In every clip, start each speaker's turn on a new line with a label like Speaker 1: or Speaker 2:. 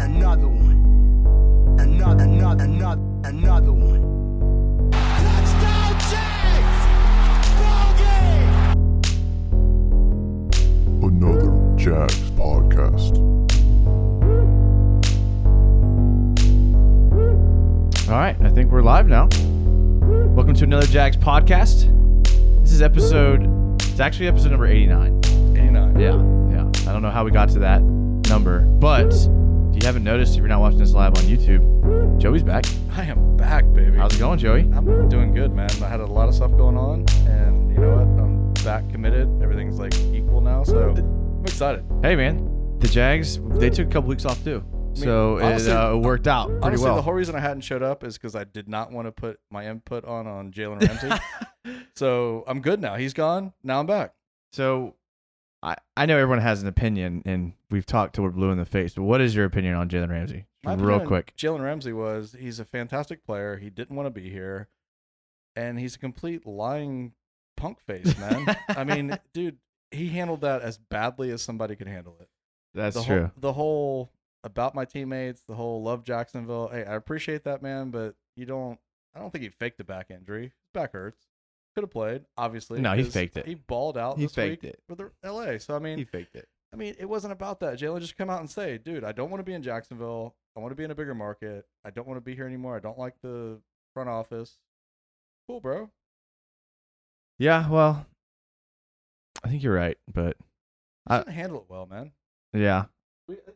Speaker 1: another one. Another, another, another, another one. Touchdown, Jags! Bogey!
Speaker 2: Another Jags podcast.
Speaker 3: All right, I think we're live now. Welcome to another Jags podcast. This is episode. It's actually episode number eighty-nine.
Speaker 4: Eighty-nine.
Speaker 3: Yeah, yeah. I don't know how we got to that number, but if you haven't noticed, if you're not watching this live on YouTube, Joey's back.
Speaker 4: I am back, baby.
Speaker 3: How's it going, Joey?
Speaker 4: I'm doing good, man. I had a lot of stuff going on, and you know what? I'm back committed. Everything's like equal now, so I'm excited.
Speaker 3: Hey, man. The Jags. They took a couple weeks off too. I mean, so honestly, it uh, worked out pretty
Speaker 4: honestly,
Speaker 3: well.
Speaker 4: The whole reason I hadn't showed up is because I did not want to put my input on on Jalen Ramsey. so I'm good now. He's gone. Now I'm back.
Speaker 3: So I, I know everyone has an opinion, and we've talked till we're blue in the face. But what is your opinion on Jalen Ramsey?
Speaker 4: My
Speaker 3: Real quick.
Speaker 4: Jalen Ramsey was he's a fantastic player. He didn't want to be here, and he's a complete lying punk face, man. I mean, dude, he handled that as badly as somebody could handle it.
Speaker 3: That's
Speaker 4: the
Speaker 3: true.
Speaker 4: Whole, the whole about my teammates, the whole love Jacksonville. Hey, I appreciate that, man, but you don't. I don't think he faked a back injury. Back hurts. Could have played, obviously.
Speaker 3: No, he faked it.
Speaker 4: He balled out.
Speaker 3: He
Speaker 4: this
Speaker 3: faked
Speaker 4: week
Speaker 3: it
Speaker 4: for the LA. So I mean,
Speaker 3: he faked it.
Speaker 4: I mean, it wasn't about that. Jalen just come out and say, "Dude, I don't want to be in Jacksonville. I want to be in a bigger market. I don't want to be here anymore. I don't like the front office." Cool, bro.
Speaker 3: Yeah, well, I think you're right, but
Speaker 4: I didn't handle it well, man.
Speaker 3: Yeah,
Speaker 4: we, uh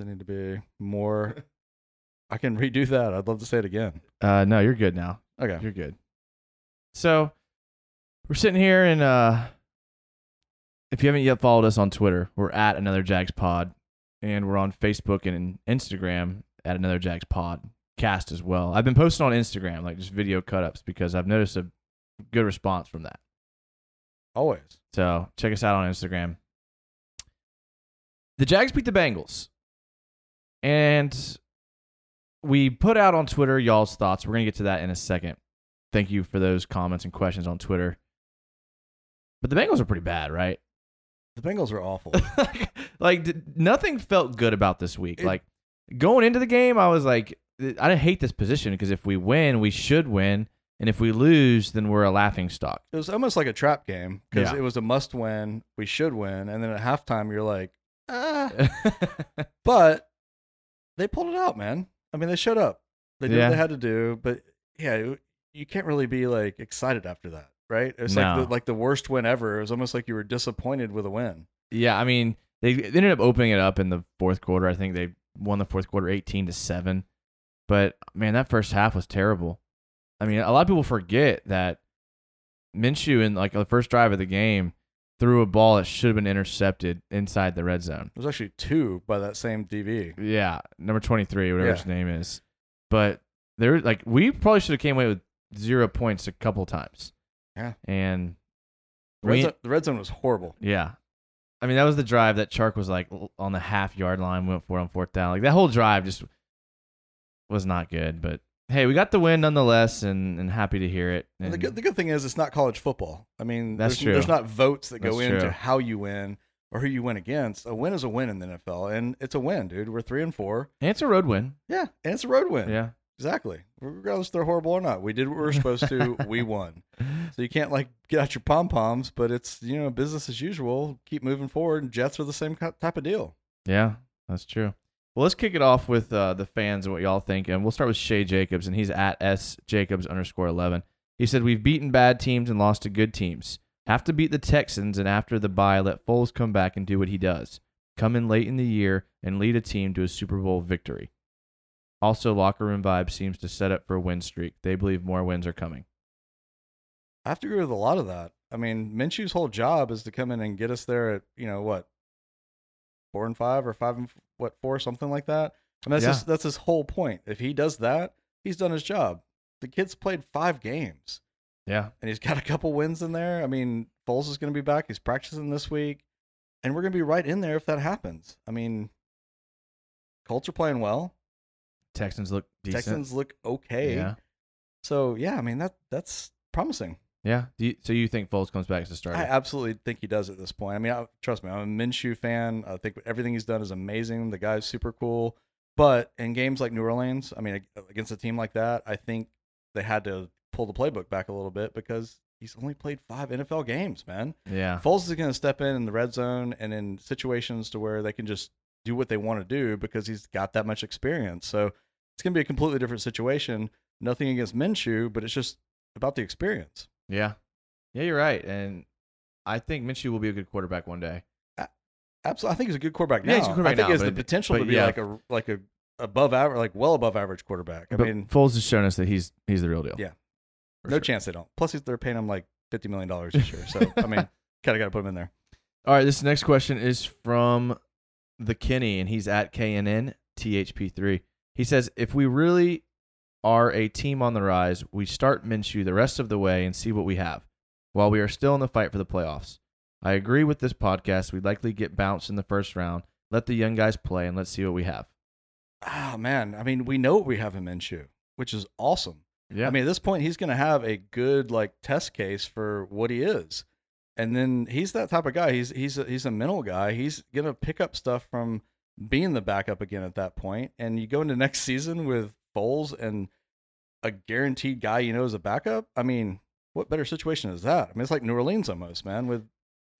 Speaker 4: I need to be more. I can redo that. I'd love to say it again.
Speaker 3: Uh, no, you're good now.
Speaker 4: Okay,
Speaker 3: you're good. So we're sitting here, and uh, if you haven't yet followed us on Twitter, we're at Another Jags Pod, and we're on Facebook and Instagram at Another Jags Pod cast as well. I've been posting on Instagram like just video cut ups because I've noticed a good response from that.
Speaker 4: always.
Speaker 3: So check us out on Instagram. The Jags beat the Bengals. And we put out on Twitter y'all's thoughts. We're going to get to that in a second. Thank you for those comments and questions on Twitter. But the Bengals are pretty bad, right?
Speaker 4: The Bengals are awful.
Speaker 3: like, like d- nothing felt good about this week.
Speaker 4: It-
Speaker 3: like going into the game, I was like, I didn't hate this position because if we win, we should win. And if we lose, then we're a laughing stock.
Speaker 4: It was almost like a trap game because
Speaker 3: Yeah.
Speaker 4: it was a must win. We should win. And then at halftime, you're like, ah. But they pulled it out, man. I mean, they showed up. They did
Speaker 3: Yeah.
Speaker 4: what they had to do. But yeah, it- you can't really be like excited after that, right? It was
Speaker 3: No.
Speaker 4: like the, like the worst win ever. It was almost like you were disappointed with a win.
Speaker 3: Yeah, I mean, they, they ended up opening it up in the fourth quarter. I think they won the fourth quarter 18 to 7. But man, that first half was terrible. I mean, a lot of people forget that Minshew in like the first drive of the game threw a ball that should have been intercepted inside the red zone.
Speaker 4: It was actually two by that same DB.
Speaker 3: Yeah, number 23, whatever
Speaker 4: Yeah.
Speaker 3: his name is. But there like we probably should have came away with zero points a couple times.
Speaker 4: Yeah.
Speaker 3: And
Speaker 4: The red,
Speaker 3: we-
Speaker 4: zone, the red zone was horrible.
Speaker 3: yeah. I mean, that was the drive that Chark was like l- on the half yard line, went for it on fourth down. Like that whole drive just was not good. But hey, we got the win nonetheless and, and happy to hear it.
Speaker 4: And the
Speaker 3: And
Speaker 4: good, the good thing is it's not college football. I mean,
Speaker 3: That's
Speaker 4: there's,
Speaker 3: true.
Speaker 4: there's not votes that go
Speaker 3: That's
Speaker 4: into
Speaker 3: true.
Speaker 4: how you win or who you win against. A win is a win in the NFL, and it's a win, dude. We're three and four.
Speaker 3: and it's a road win.
Speaker 4: Yeah, and it's a road win.
Speaker 3: Yeah.
Speaker 4: exactly. Regardless, if they're horrible or not. We did what we were supposed to. we won. So you can't like get out your pom poms, but it's you know business as usual. Keep moving forward. And Jets are the same ki- type of deal.
Speaker 3: Yeah, that's true. Well, let's kick it off with uh, the fans and what y'all think. And we'll start with Shay Jacobs, and he's at S Jacobs underscore 11. He said, We've beaten bad teams and lost to good teams. Have to beat the Texans, and after the bye, let Foles come back and do what he does. Come in late in the year and lead a team to a Super Bowl victory. Also, locker room vibe seems to set up for a win streak. They believe more wins are coming.
Speaker 4: I have to agree with a lot of that. I mean, Minshew's whole job is to come in and get us there at you know what four and five or five and f- what four something like that. And that's
Speaker 3: Yeah.
Speaker 4: his, that's his whole point. If he does that, he's done his job. The kid's played five games.
Speaker 3: Yeah.
Speaker 4: and he's got a couple wins in there. I mean, Foles is going to be back. He's practicing this week, and we're going to be right in there if that happens. I mean, Colts are playing well.
Speaker 3: Texans look decent.
Speaker 4: Texans look okay.
Speaker 3: Yeah.
Speaker 4: So yeah, I mean that that's promising.
Speaker 3: Yeah. Do you, so you think Foles comes back as a starter?
Speaker 4: I absolutely think he does at this point. I mean, I, trust me, I'm a Minshew fan. I think everything he's done is amazing. The guy's super cool. But in games like New Orleans, I mean, ag- against a team like that, I think they had to pull the playbook back a little bit because he's only played five NFL games, man.
Speaker 3: yeah.
Speaker 4: Foles is going to step in in the red zone and in situations to where they can just do what they want to do because he's got that much experience. So it's going to be a completely different situation. Nothing against Minshew, but it's just about the experience.
Speaker 3: Yeah. Yeah, you're right. And I think Minshew will be a good quarterback one day.
Speaker 4: Absolutely, I think he's a good quarterback now.
Speaker 3: Yeah, he's a quarterback
Speaker 4: I think
Speaker 3: now,
Speaker 4: he has the
Speaker 3: but-
Speaker 4: potential to
Speaker 3: but
Speaker 4: be
Speaker 3: yeah.
Speaker 4: like a like a above average, like well above average quarterback. I
Speaker 3: but
Speaker 4: mean,
Speaker 3: Foles has shown us that he's he's the real deal.
Speaker 4: Yeah.
Speaker 3: For
Speaker 4: no
Speaker 3: sure.
Speaker 4: chance they don't. Plus, he's, they're paying him like fifty million dollars this year, so I mean, kind of got to put him in there.
Speaker 3: All right, this next question is from the Kenny, and he's at KNN THP3. He says, If we really are a team on the rise, we start Minshew the rest of the way and see what we have while we are still in the fight for the playoffs. I agree with this podcast. We'd likely get bounced in the first round. Let the young guys play and let's see what we have.
Speaker 4: Ah man, I mean, we know we have him in shoe, which is awesome.
Speaker 3: Yeah.
Speaker 4: I mean, at this point, he's going to have a good like test case for what he is, and then he's that type of guy. He's he's a, he's a mental guy. He's going to pick up stuff from being the backup again at that point, and you go into next season with Foles and a guaranteed guy you know as a backup. I mean, what better situation is that? I mean, it's like New Orleans almost, man. With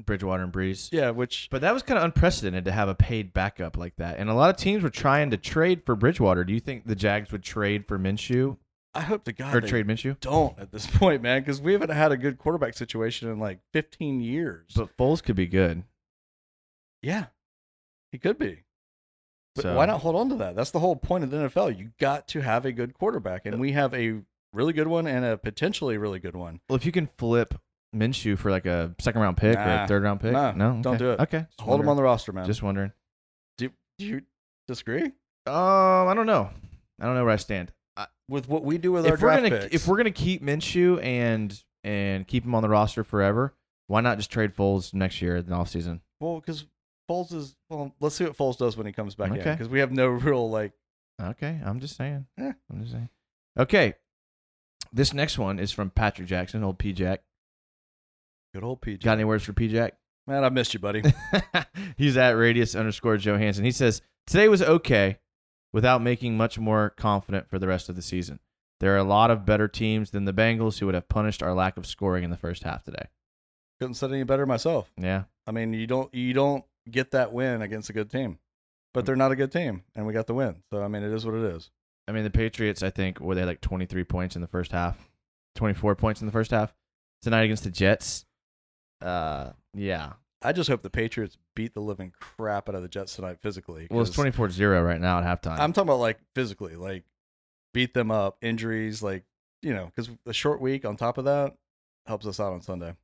Speaker 3: Bridgewater and Breeze.
Speaker 4: yeah, which
Speaker 3: But that was kind of unprecedented to have a paid backup like that. And a lot of teams were trying to trade for Bridgewater. Do you think the Jags would trade for Minshew
Speaker 4: I hope to God
Speaker 3: or
Speaker 4: they
Speaker 3: trade Minshew?
Speaker 4: don't at this point, man, because we haven't had a good quarterback situation in like 15 years.
Speaker 3: But Foles could be good.
Speaker 4: Yeah, he could be. But
Speaker 3: So-
Speaker 4: why not hold on to that? That's the whole point of the NFL. You got to have a good quarterback,
Speaker 3: Uh,
Speaker 4: and we have a really good one and a potentially really good one.
Speaker 3: Well, if you can flip Minshew for like a second round pick or
Speaker 4: Nah.
Speaker 3: a third round pick,
Speaker 4: Nah,
Speaker 3: no,
Speaker 4: don't
Speaker 3: Okay.
Speaker 4: do it.
Speaker 3: Okay, Just
Speaker 4: Hold him on
Speaker 3: wondering.
Speaker 4: the roster, man.
Speaker 3: Just wondering.
Speaker 4: do, do you disagree
Speaker 3: Um, I don't know. I don't know where I stand.
Speaker 4: with what we do with our
Speaker 3: If we're
Speaker 4: draft
Speaker 3: gonna
Speaker 4: picks?
Speaker 3: if we're gonna keep Minshew and and keep him on the roster forever, why not just trade Foles next year in the offseason?
Speaker 4: well, because Foles is well, let's see what Foles does when he comes back in
Speaker 3: Okay.
Speaker 4: because we have no real like
Speaker 3: Okay, I'm just saying.
Speaker 4: Yeah.
Speaker 3: I'm just saying. Okay, this next one is from Patrick Jackson, old P Jack.
Speaker 4: good old PJ.
Speaker 3: Got any words for P Jack?
Speaker 4: Man, I missed you, buddy.
Speaker 3: He's at radius underscore Johansson. He says, Today was okay without making much more confident for the rest of the season. There are a lot of better teams than the Bengals who would have punished our lack of scoring in the first half today.
Speaker 4: Couldn't said any better myself.
Speaker 3: Yeah.
Speaker 4: I mean, you don't you don't get that win against a good team,
Speaker 3: Hmm.
Speaker 4: but they're not a good team, and we got the win. So I mean, it is what it is.
Speaker 3: I mean, the Patriots, I think, were they like 23 points in the first half, 24 points in the first half tonight against the Jets? Uh, yeah.
Speaker 4: I just hope the Patriots beat the living crap out of the Jets tonight physically.
Speaker 3: Well, it's
Speaker 4: 'cause
Speaker 3: 24 0 right now at halftime.
Speaker 4: I'm talking about like physically, like beat them up, injuries, like you know, because the short week on top of that helps us out on Sunday.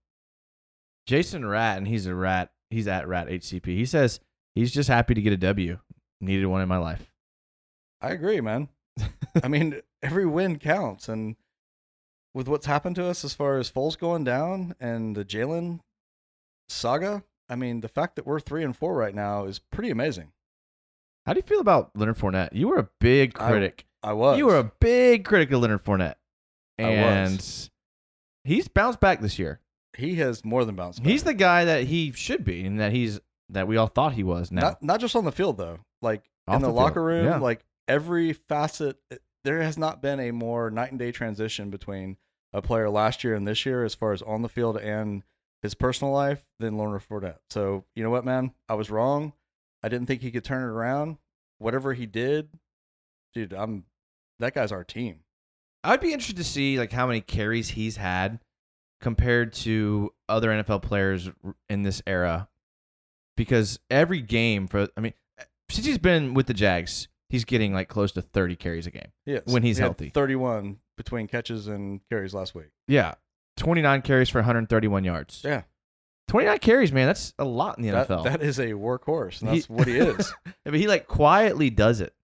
Speaker 3: Jason Rat, and he's a rat. He's at Rat HCP. He says he's just happy to get a W. Needed one in my life.
Speaker 4: I agree, man. I mean, every win counts, and with what's happened to us as far as Foles going down and the Jalen saga, I mean, the fact that we're three and four right now is pretty amazing.
Speaker 3: How do you feel about Leonard Fournette? You were a big
Speaker 4: I
Speaker 3: critic.
Speaker 4: I was.
Speaker 3: you were a big critic of Leonard Fournette.
Speaker 4: I was.
Speaker 3: And he's bounced back this year.
Speaker 4: he has more than bounced.
Speaker 3: He's the
Speaker 4: back.
Speaker 3: guy that he should be and that he's that we all thought he was now.
Speaker 4: Not, not just on the field though, like
Speaker 3: Off
Speaker 4: in the,
Speaker 3: the field,
Speaker 4: locker room,
Speaker 3: yeah.
Speaker 4: like every facet. eh, There has not been a more night and day transition between a player last year and this year, as far as on the field and his personal life, than Leonard Fournette. So you know what, man, I was wrong. I didn't think he could turn it around. Whatever he did, dude, I'm that guy's our team.
Speaker 3: I'd be interested to see like how many carries he's had compared to other NFL players r- in this era, because every game for I mean, eh, since he's been with the Jags, he's getting like close to thirty carries a game.
Speaker 4: Yes,
Speaker 3: When he's
Speaker 4: He had
Speaker 3: healthy.
Speaker 4: 31 between catches and carries last week.
Speaker 3: Yeah, twenty nine carries for one hundred thirty one yards.
Speaker 4: Yeah.
Speaker 3: 29 carries, man. That's a lot in the
Speaker 4: That,
Speaker 3: NFL.
Speaker 4: that is a workhorse, and
Speaker 3: He-
Speaker 4: that's what he is.
Speaker 3: I mean, he like quietly does it.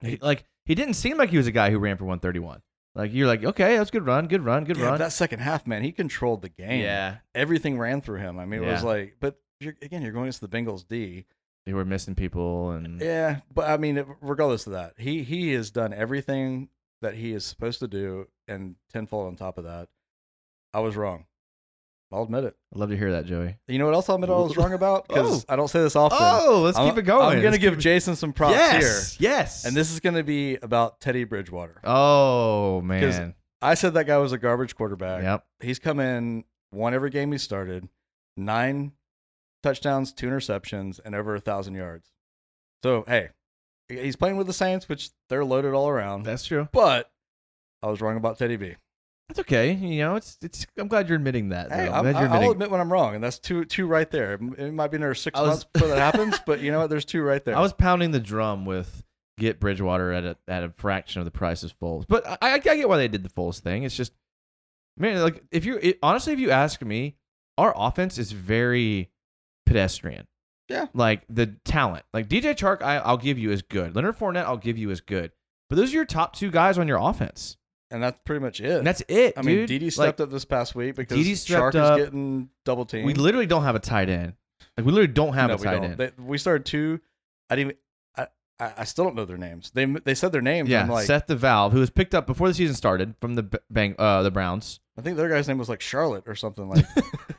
Speaker 3: He, like he didn't seem like he was a guy who ran for 131. Like you're like, okay, that's good run, good run, good
Speaker 4: Yeah,
Speaker 3: run.
Speaker 4: that second half, man, he controlled the game.
Speaker 3: yeah,
Speaker 4: everything ran through him. I mean, it was
Speaker 3: Yeah.
Speaker 4: like, but you're, again, you're going against the Bengals D.
Speaker 3: they were missing people and
Speaker 4: Yeah, but I mean, regardless of that, he he has done everything that he is supposed to do, and tenfold on top of that. I was wrong. I'll admit it.
Speaker 3: I'd love to hear that, Joey.
Speaker 4: You know what else I'll admit I was wrong about? Because I don't say this often.
Speaker 3: Oh, let's
Speaker 4: I'm-
Speaker 3: keep it going.
Speaker 4: I'm going to
Speaker 3: Let's
Speaker 4: give
Speaker 3: keep it-
Speaker 4: Jason some props
Speaker 3: yes, Yes.
Speaker 4: here. And this is going to be about Teddy Bridgewater.
Speaker 3: Oh man.
Speaker 4: I said that guy was a garbage quarterback.
Speaker 3: Yep.
Speaker 4: He's come in, won every game he started, nine touchdowns, two interceptions, and over a 1,000 yards. So, hey, he's playing with the Saints, which they're loaded all around.
Speaker 3: That's true.
Speaker 4: but I was wrong about Teddy B.
Speaker 3: That's okay. You know, it's it's. I'm glad you're admitting that.
Speaker 4: Hey,
Speaker 3: though.
Speaker 4: I'm,
Speaker 3: I'm glad you're
Speaker 4: I'll
Speaker 3: admitting.
Speaker 4: admit when I'm wrong, and that's two two right there. It might be another six
Speaker 3: I was-
Speaker 4: months before that happens, but you know what? There's two right there.
Speaker 3: I was pounding the drum with get Bridgewater at a at a fraction of the price of Foles, but I, I, I get why they did the Foles thing. It's just man, like if you it, honestly, if you ask me, our offense is very pedestrian.
Speaker 4: Yeah.
Speaker 3: like the talent, like DJ Chark, I, I'll give you is good. Leonard Fournette, I'll give you is good. But those are your top two guys on your offense,
Speaker 4: and that's pretty much it.
Speaker 3: and that's it.
Speaker 4: I mean,
Speaker 3: dude.
Speaker 4: Didi
Speaker 3: Like,
Speaker 4: stepped up this past week because
Speaker 3: Didi stepped
Speaker 4: Shark
Speaker 3: up.
Speaker 4: is getting double teamed.
Speaker 3: We literally don't have a tight end. Like we literally don't have
Speaker 4: no,
Speaker 3: a
Speaker 4: we
Speaker 3: tight end.
Speaker 4: don't. They, we started two. I didn't. I, I I still don't know their names. They they said their names.
Speaker 3: yeah,
Speaker 4: and I'm like,
Speaker 3: Seth the Valve, who was picked up before the season started from the B- bang uh, the Browns.
Speaker 4: I think their guy's name was like Charlotte or something. Like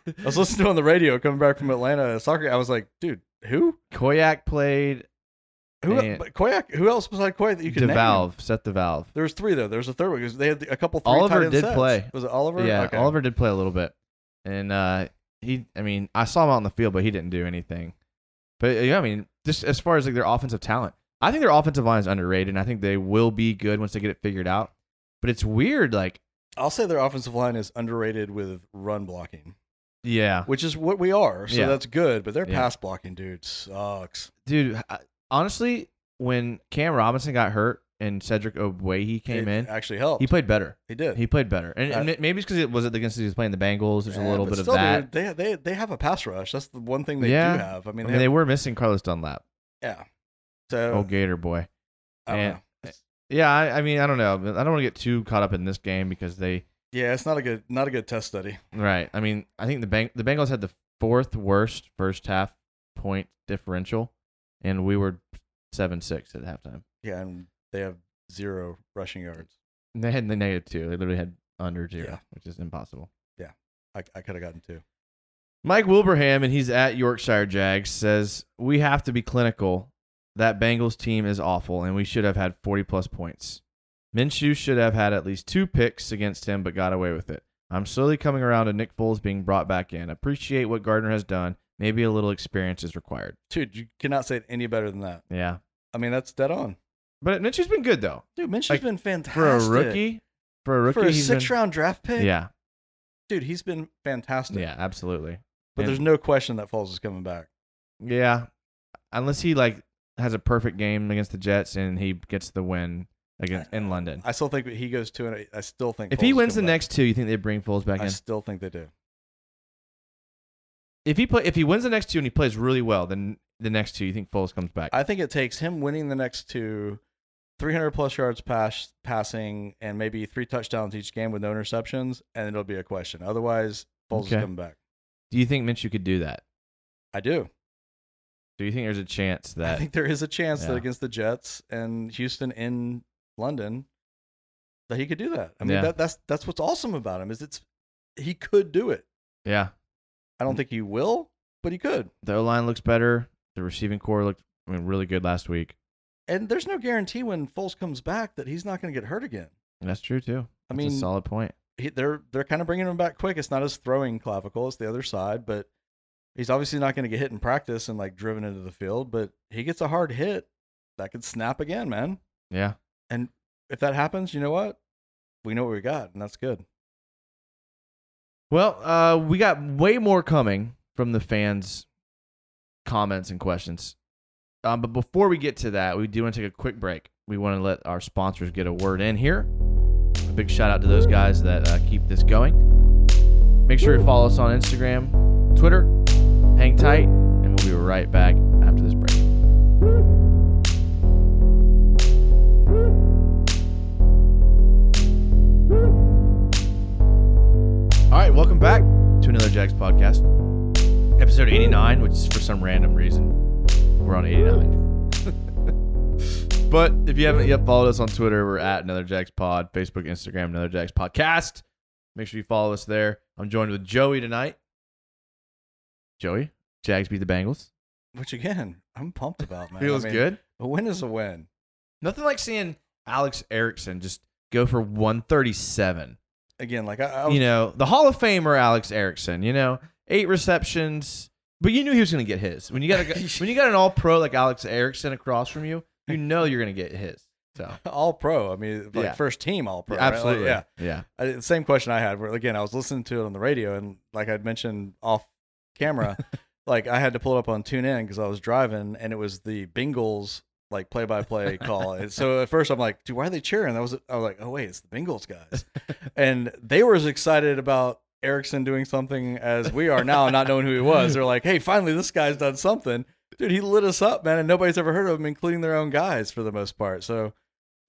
Speaker 4: I was listening to on the radio coming back from Atlanta soccer. I was like, dude, who?
Speaker 3: Koyak played
Speaker 4: Who?
Speaker 3: And-
Speaker 4: But Koyak. Who else besides Koyak that you could
Speaker 3: the
Speaker 4: name?
Speaker 3: Valve, Set the Valve.
Speaker 4: There was three though. There was a third one because they had a couple. Three
Speaker 3: Oliver
Speaker 4: tight end
Speaker 3: did
Speaker 4: sets.
Speaker 3: play.
Speaker 4: Was it Oliver?
Speaker 3: Yeah,
Speaker 4: Okay.
Speaker 3: Oliver did play a little bit, and uh, he. I mean, I saw him out on the field, but he didn't do anything. But uh, yeah, I mean, just as far as like their offensive talent, I think their offensive line is underrated, and I think they will be good once they get it figured out. But it's weird, like
Speaker 4: I'll say their offensive line is underrated with run blocking,
Speaker 3: yeah,
Speaker 4: which is what we are. So
Speaker 3: Yeah.
Speaker 4: that's good. But their
Speaker 3: Yeah.
Speaker 4: pass blocking, dude, sucks.
Speaker 3: dude. I, honestly, when Cam Robinson got hurt and Cedric Obwehi came
Speaker 4: It
Speaker 3: in,
Speaker 4: Actually helped.
Speaker 3: he played better.
Speaker 4: He did.
Speaker 3: He played better, and, and
Speaker 4: Uh,
Speaker 3: ma- maybe it's because it was it against he was playing the Bengals. There's
Speaker 4: Yeah,
Speaker 3: a little
Speaker 4: but
Speaker 3: bit of
Speaker 4: still,
Speaker 3: that.
Speaker 4: dude, They, they they have a pass rush. That's the one thing they
Speaker 3: Yeah.
Speaker 4: do have. I
Speaker 3: I
Speaker 4: mean,
Speaker 3: mean,
Speaker 4: they
Speaker 3: they
Speaker 4: have-
Speaker 3: were missing Carlos Dunlap.
Speaker 4: yeah. So
Speaker 3: oh, Gator boy.
Speaker 4: I don't
Speaker 3: and-
Speaker 4: know.
Speaker 3: Yeah, I, I mean, I don't know. I don't want to get too caught up in this game because they,
Speaker 4: yeah, it's not a good not a good test study.
Speaker 3: right? I mean, I think the Bang- the Bengals had the fourth worst first half point differential, and we were seven six at halftime.
Speaker 4: Yeah, and they have zero rushing yards.
Speaker 3: And they had the negative two. They literally had under zero,
Speaker 4: Yeah.
Speaker 3: which is impossible.
Speaker 4: I, I could have gotten two.
Speaker 3: Mike Wilbraham, and he's at Yorkshire Jags, says we have to be clinical. That Bengals team is awful, and we should have had 40 plus points. Minshew should have had at least two picks against him, but got away with it. I'm slowly coming around to Nick Foles being brought back in. Appreciate what Gardner has done. Maybe a little experience is required.
Speaker 4: Dude, you cannot say it any better than that.
Speaker 3: Yeah,
Speaker 4: I mean, that's dead on.
Speaker 3: but Minshew's been good though
Speaker 4: Dude, Minshew's
Speaker 3: Like,
Speaker 4: been fantastic
Speaker 3: for a rookie. For a rookie,
Speaker 4: for a
Speaker 3: he's
Speaker 4: six
Speaker 3: been,
Speaker 4: round draft pick.
Speaker 3: Yeah,
Speaker 4: dude, he's been fantastic.
Speaker 3: yeah, absolutely.
Speaker 4: but there's
Speaker 3: And-
Speaker 4: no question that Foles is coming back.
Speaker 3: Yeah, unless he like has a perfect game against the Jets and he gets the win against in London.
Speaker 4: I still think he goes two, and I- I still think
Speaker 3: If
Speaker 4: Foles
Speaker 3: he
Speaker 4: is
Speaker 3: wins the
Speaker 4: coming back.
Speaker 3: next two, you think they bring Foles back
Speaker 4: I
Speaker 3: in?
Speaker 4: still think they do.
Speaker 3: If he play, if he wins the next two and he plays really well, then the next two, you think Foles comes back?
Speaker 4: I think it takes him winning the next two, 300 plus yards pass, passing, and maybe three touchdowns each game with no interceptions, and it'll be a question. Otherwise, Foles
Speaker 3: Okay.
Speaker 4: is coming back.
Speaker 3: do you think Minshew could do that?
Speaker 4: I do.
Speaker 3: Do you think there's a chance
Speaker 4: I
Speaker 3: that?
Speaker 4: think there is a chance
Speaker 3: yeah.
Speaker 4: that against the Jets and Houston in London, that he could do that. I mean,
Speaker 3: Yeah.
Speaker 4: that, that's that's what's awesome about him is it's he could do it.
Speaker 3: yeah,
Speaker 4: I
Speaker 3: Mm.
Speaker 4: don't think he will, but he could.
Speaker 3: the O line looks better. The receiving core looked I mean, really good last week.
Speaker 4: And there's no guarantee when Foles comes back that he's not going to get hurt again.
Speaker 3: And that's true too.
Speaker 4: I
Speaker 3: That's
Speaker 4: mean,
Speaker 3: a solid point.
Speaker 4: he, they're they're kind of bringing him back quick. It's not his throwing clavicle; it's the other side. But he's obviously not going to get hit in practice and like driven into the field. But he gets a hard hit that could snap again, man.
Speaker 3: Yeah,
Speaker 4: If that happens, you know what? We know what we got, and that's good.
Speaker 3: Well, uh, we got way more coming from the fans' comments and questions. Um, but before we get to that, we do want to take a quick break. We want to let our sponsors get a word in here. A big shout out to those guys that uh, keep this going. Make sure you follow us on Instagram, Twitter. Hang tight, and we'll be right back after this break. All right, welcome back to another Jags podcast, episode 89, which is for some random reason we're on 89. but if you haven't yet followed us on Twitter, we're at another Jags pod, Facebook, Instagram, another Jags podcast. Make sure you follow us there. I'm joined with Joey tonight. Joey, Jags beat the Bengals.
Speaker 4: Which again, I'm pumped about, man. I
Speaker 3: Feels
Speaker 4: mean,
Speaker 3: good.
Speaker 4: A win is a win.
Speaker 3: Nothing like seeing Alex Erickson just go for 137.
Speaker 4: Again, like I, I was,
Speaker 3: you know, the Hall of Famer Alex Erickson, you know, eight receptions, but you knew he was going to get his. When you got a, when you got an all pro like Alex Erickson across from you, you know you're going to get his. So
Speaker 4: all pro. I mean, like
Speaker 3: Yeah.
Speaker 4: first team all pro. right? Like,
Speaker 3: absolutely.
Speaker 4: yeah.
Speaker 3: yeah.
Speaker 4: I, the same question I had. Where again, I was listening to it on the radio, and like I'd mentioned off camera, like I had to pull it up on TuneIn because I was driving, and it was the Bengals like play by play call. And so at first I'm like, dude, why are they cheering? That was I was like, oh wait, it's the Bengals guys, and they were as excited about. Erickson doing something as we are now, not knowing who he was. They're like, "Hey, finally, this guy's done something, dude. He lit us up, man, and nobody's ever heard of him, including their own guys, for the most part." So,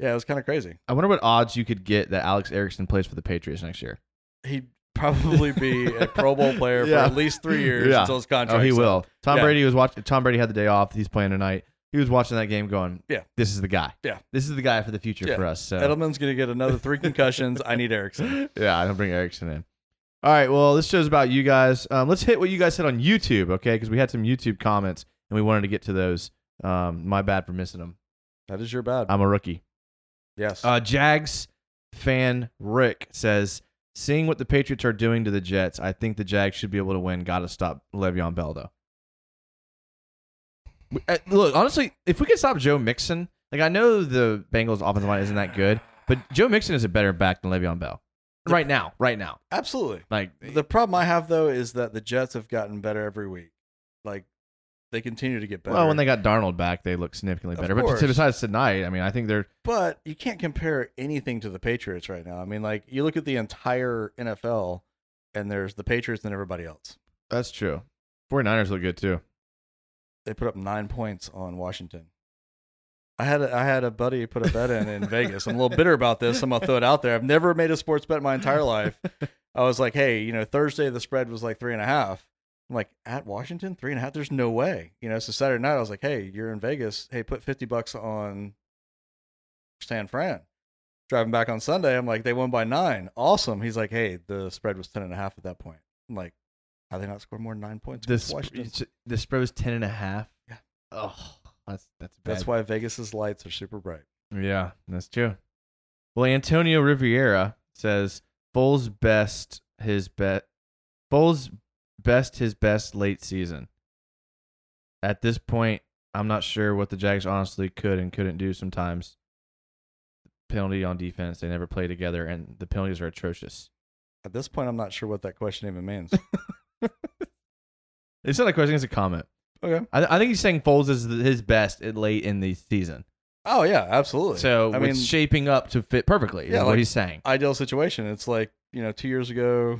Speaker 4: yeah, it was kind of crazy.
Speaker 3: I wonder what odds you could get that Alex Erickson plays for the Patriots next year.
Speaker 4: he'd probably be a Pro Bowl player
Speaker 3: Yeah.
Speaker 4: for at least three years
Speaker 3: Yeah.
Speaker 4: until his contract.
Speaker 3: Oh, he will. Tom
Speaker 4: Yeah.
Speaker 3: Brady was watching. Tom Brady had the day off. He's playing tonight. He was watching that game, going,
Speaker 4: Yeah.
Speaker 3: this is the guy.
Speaker 4: Yeah.
Speaker 3: this is the guy for the future
Speaker 4: Yeah.
Speaker 3: for us." So
Speaker 4: Edelman's gonna get another three concussions. I need Erickson.
Speaker 3: yeah, I don't bring Erickson in. All right, well, this show's about you guys. Um, let's hit what you guys said on YouTube, okay? Because we had some YouTube comments and we wanted to get to those. Um, my bad for missing them.
Speaker 4: That is your bad.
Speaker 3: I'm a rookie.
Speaker 4: yes.
Speaker 3: Uh, Jags fan Rick says, "Seeing what the Patriots are doing to the Jets, I think the Jags should be able to win. Got to stop Le'Veon Bell, though." We- uh, Look, honestly, if we could stop Joe Mixon, like I know the Bengals' offensive line isn't that good, but Joe Mixon is a better back than Le'Veon Bell right now. Right now,
Speaker 4: Absolutely.
Speaker 3: like
Speaker 4: The problem I have though is that the Jets have gotten better every week. Like they continue to get better.
Speaker 3: well, when they got Darnold back, they look significantly
Speaker 4: Of
Speaker 3: better. But
Speaker 4: course.
Speaker 3: besides tonight, I mean, I think they're
Speaker 4: but you can't compare anything to the Patriots right now. I mean, like you look at the entire NFL and there's the Patriots and everybody else.
Speaker 3: that's true. 49ers look good too.
Speaker 4: They put up nine points on Washington. I had a, I had a buddy put a bet in in Vegas. I'm a little bitter about this. I'm gonna throw it out there. I've never made a sports bet in my entire life. I was like, hey, you know, Thursday the spread was like three and a half. I'm like, at Washington, three and a half. There's no way. You know, so Saturday night I was like, hey, you're in Vegas. Hey, put fifty bucks on San Fran. Driving back on Sunday, I'm like, they won by nine. Awesome. He's like, hey, the spread was ten and a half at that point. I'm like, how they not score more than nine points?
Speaker 3: The,
Speaker 4: against
Speaker 3: sp-
Speaker 4: Washington?
Speaker 3: the spread was 10 and a half.
Speaker 4: Yeah.
Speaker 3: Oh, that's that's bad.
Speaker 4: That's why Vegas's lights are super bright.
Speaker 3: Yeah, that's true. Well, Antonio Riviera says Foles best his bet. Foles best his best late season. At this point, I'm not sure what the Jags honestly could and couldn't do. Sometimes penalty on defense, they never play together, and the penalties are atrocious.
Speaker 4: At this point, I'm not sure what that question even means.
Speaker 3: It's not a question; it's a comment.
Speaker 4: okay.
Speaker 3: I, I think he's saying Foles is the- his best at late in the season.
Speaker 4: Oh yeah, absolutely.
Speaker 3: So
Speaker 4: I
Speaker 3: it's
Speaker 4: mean,
Speaker 3: shaping up to fit perfectly. is
Speaker 4: Yeah,
Speaker 3: what
Speaker 4: like-
Speaker 3: he's saying.
Speaker 4: ideal situation. It's like you know, two years ago,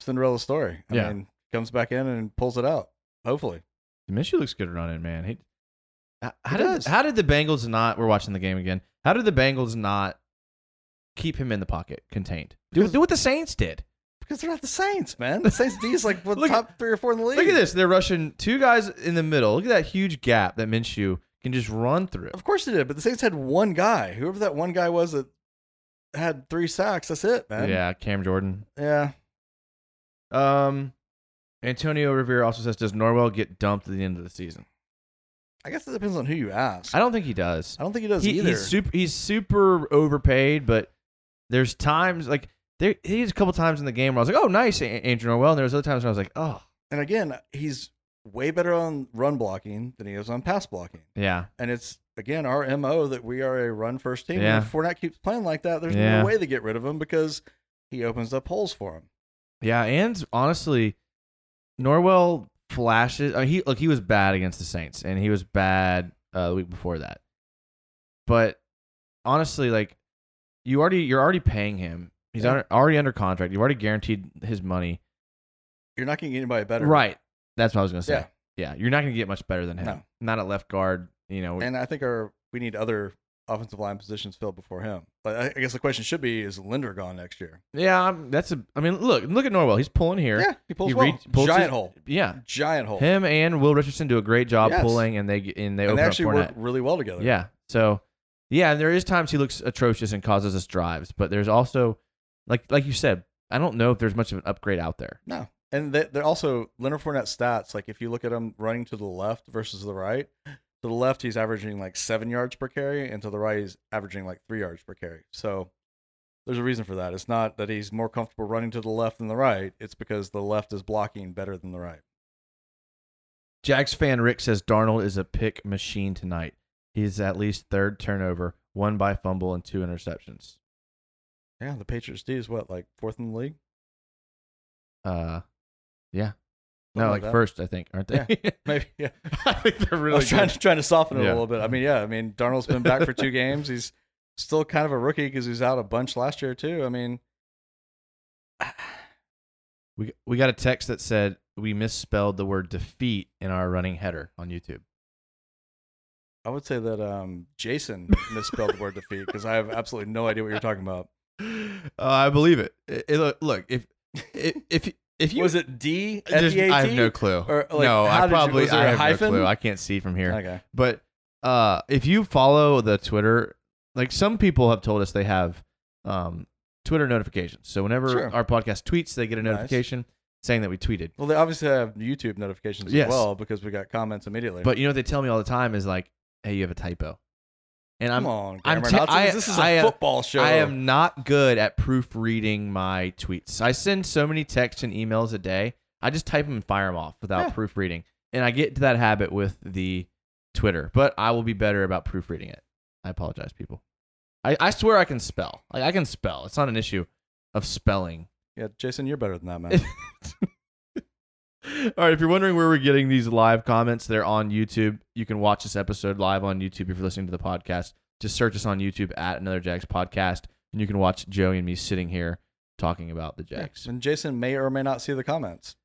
Speaker 4: Cinderella story. I
Speaker 3: Yeah.
Speaker 4: mean, comes back in and pulls it out. Hopefully,
Speaker 3: Minshew looks good running, man. He, how, how
Speaker 4: He
Speaker 3: did
Speaker 4: does.
Speaker 3: how did the Bengals not? We're watching the game again. How did the Bengals not keep him in the pocket, contained? Do,
Speaker 4: Because-
Speaker 3: do what the Saints did.
Speaker 4: because they're not the Saints, man. The Saints D is like what,
Speaker 3: Look at-
Speaker 4: top three or four in the league.
Speaker 3: Look at this. They're rushing two guys in the middle. Look at that huge gap that Minshew can just run through.
Speaker 4: Of course they did, but the Saints had one guy. Whoever that one guy was that had three sacks. That's it, man.
Speaker 3: Yeah, Cam Jordan.
Speaker 4: Yeah.
Speaker 3: Um, Antonio Rivera also says, "Does Norwell get dumped at the end of the season?"
Speaker 4: I guess it depends on who you ask.
Speaker 3: I don't think he does.
Speaker 4: I don't think he does
Speaker 3: He-
Speaker 4: either.
Speaker 3: He's super. He's super overpaid, but there's times like there. He's a couple times in the game where I was like, "Oh, nice, A- Andrew Norwell," and there was other times where I was like, "Oh,
Speaker 4: and again, he's way better on run blocking than he is on pass blocking.
Speaker 3: yeah."
Speaker 4: And it's again our MO that we are a run first team.
Speaker 3: Yeah.
Speaker 4: And if Fournette keeps playing like that, there's
Speaker 3: Yeah.
Speaker 4: no way they get rid of him because he opens up holes for him.
Speaker 3: Yeah, and honestly, Norwell flashes. I mean, he look, he was bad against the Saints, and he was bad uh, the week before that. But honestly, like you already, you're already paying him. He's
Speaker 4: Yeah.
Speaker 3: under- already under contract. You already guaranteed his money.
Speaker 4: You're not gonna get anybody better.
Speaker 3: Right. That's what I was gonna say.
Speaker 4: Yeah.
Speaker 3: Yeah, you're not gonna get much better than him.
Speaker 4: No.
Speaker 3: Not at left guard. You know.
Speaker 4: And I think our we need other offensive line positions filled before him. But I, I guess the question should be is Linder gone next year?
Speaker 3: yeah, I'm, that's a. I mean, look, look at Norwell. He's pulling here.
Speaker 4: Yeah, he pulls
Speaker 3: He
Speaker 4: well.
Speaker 3: reach- pulls
Speaker 4: giant
Speaker 3: his-
Speaker 4: hole.
Speaker 3: Yeah.
Speaker 4: Giant hole.
Speaker 3: Him and Will Richardson do a great job
Speaker 4: Yes.
Speaker 3: pulling, and they get- and they
Speaker 4: and
Speaker 3: open
Speaker 4: they
Speaker 3: up
Speaker 4: actually
Speaker 3: Fournette.
Speaker 4: work really well together.
Speaker 3: Yeah. So yeah, and there is times he looks atrocious and causes us drives, but there's also like like you said, I don't know if there's much of an upgrade out there.
Speaker 4: No. And they, they're also Leonard Fournette's stats. Like if you look at him running to the left versus the right, to the left he's averaging like seven yards per carry, and to the right he's averaging like three yards per carry. So there's a reason for that. It's not that he's more comfortable running to the left than the right. It's because the left is blocking better than the right.
Speaker 3: Jags fan Rick says Darnold is a pick machine tonight. He's at least third turnover, one by fumble, and two interceptions.
Speaker 4: Yeah, the Patriots D is what like fourth in the league.
Speaker 3: Uh, yeah. No,
Speaker 4: Something
Speaker 3: like
Speaker 4: that.
Speaker 3: first, I think, aren't they?
Speaker 4: Maybe yeah.
Speaker 3: I think they're
Speaker 4: I
Speaker 3: really
Speaker 4: was trying
Speaker 3: good.
Speaker 4: to, trying to soften it
Speaker 3: Yeah.
Speaker 4: a little bit. I mean, yeah, I mean, Darnold's been back for two games. He's still kind of a rookie because he's out a bunch last year too. I mean,
Speaker 3: We we got a text that said we misspelled the word defeat in our running header on YouTube.
Speaker 4: I would say that um, Jason misspelled the word defeat because I have absolutely no idea what you're talking about.
Speaker 3: Uh, I believe it. It- it- look- look, if if if, if you
Speaker 4: Was it D E
Speaker 3: there's-
Speaker 4: F-E-A-T?
Speaker 3: I have no clue.
Speaker 4: Or, like,
Speaker 3: no,
Speaker 4: how
Speaker 3: I
Speaker 4: did you-
Speaker 3: probably
Speaker 4: was there
Speaker 3: I
Speaker 4: a
Speaker 3: have
Speaker 4: hyphen?
Speaker 3: no clue. I can't see from here.
Speaker 4: Okay.
Speaker 3: But uh, if you follow the Twitter, like some people have told us they have um, Twitter notifications. So whenever
Speaker 4: Sure.
Speaker 3: our podcast tweets, they get a
Speaker 4: Nice.
Speaker 3: notification saying that we tweeted.
Speaker 4: Well, they obviously have YouTube notifications
Speaker 3: Yes.
Speaker 4: as well because we got comments immediately.
Speaker 3: But you know what they tell me all the time is like, "Hey, you have a typo," and
Speaker 4: come
Speaker 3: I'm
Speaker 4: on,
Speaker 3: I'm
Speaker 4: Cameron
Speaker 3: te-
Speaker 4: Hudson,
Speaker 3: I-
Speaker 4: this is a
Speaker 3: I am-
Speaker 4: football show.
Speaker 3: I am not good at proofreading my tweets. I send so many texts and emails a day. I just type them and fire them off without
Speaker 4: Yeah.
Speaker 3: proofreading, and I get into that habit with the Twitter. But I will be better about proofreading it. I apologize, people. I, I swear I can spell. Like I can spell. It's not an issue of spelling.
Speaker 4: Yeah, Jason, you're better than that, man.
Speaker 3: All right, if you're wondering where we're getting these live comments, they're on YouTube. You can watch this episode live on YouTube if you're listening to the podcast. Just search us on YouTube at Another Jags Podcast, and you can watch Joey and me sitting here talking about the Jags.
Speaker 4: and Jason may or may not see the comments.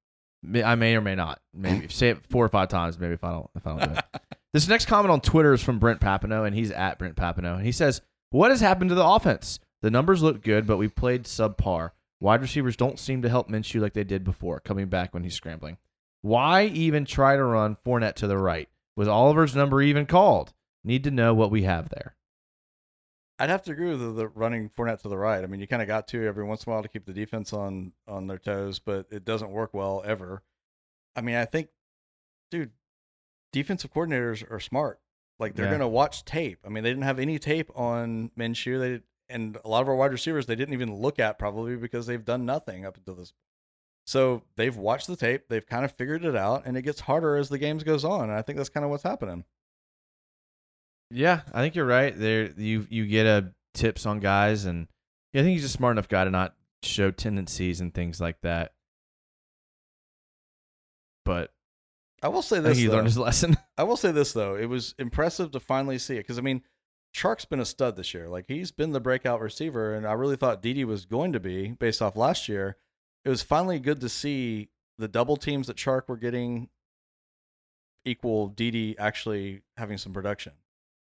Speaker 3: May- I may or may not. Maybe say it four or five times. Maybe if I don't, if I don't do it. this next comment on Twitter is from Brent Papineau, and he's at Brent Papineau, and he says, "What has happened to the offense? The numbers look good, but we played subpar. Wide receivers don't seem to help Minshew like they did before, coming back when he's scrambling. Why even try to run Fournette to the right? Was Oliver's number even called? Need to know what we have there.
Speaker 4: I'd have to agree with the, the running Fournette to the right. I mean, you kind of got to every once in a while to keep the defense on on their toes, but it doesn't work well ever. I mean, I think, dude, defensive coordinators are smart. Like they're
Speaker 3: Yeah.
Speaker 4: going to watch tape. I mean, they didn't have any tape on Minshew. They and a lot of our wide receivers they didn't even look at probably because they've done nothing up until this. So they've watched the tape. They've kind of figured it out, and it gets harder as the games goes on. And I think that's kind of what's happening.
Speaker 3: Yeah, I think you're right. There, you you get a tips on guys, and yeah, I think he's a smart enough guy to not show tendencies and things like that. But
Speaker 4: I will say
Speaker 3: I
Speaker 4: this: uh,
Speaker 3: think he
Speaker 4: though.
Speaker 3: learned his lesson.
Speaker 4: I will say this though, it was impressive to finally see it because I mean, Chark's been a stud this year. Like he's been the breakout receiver, and I really thought Didi was going to be based off last year. It was finally good to see the double teams that Chark were getting equal Didi actually having some production.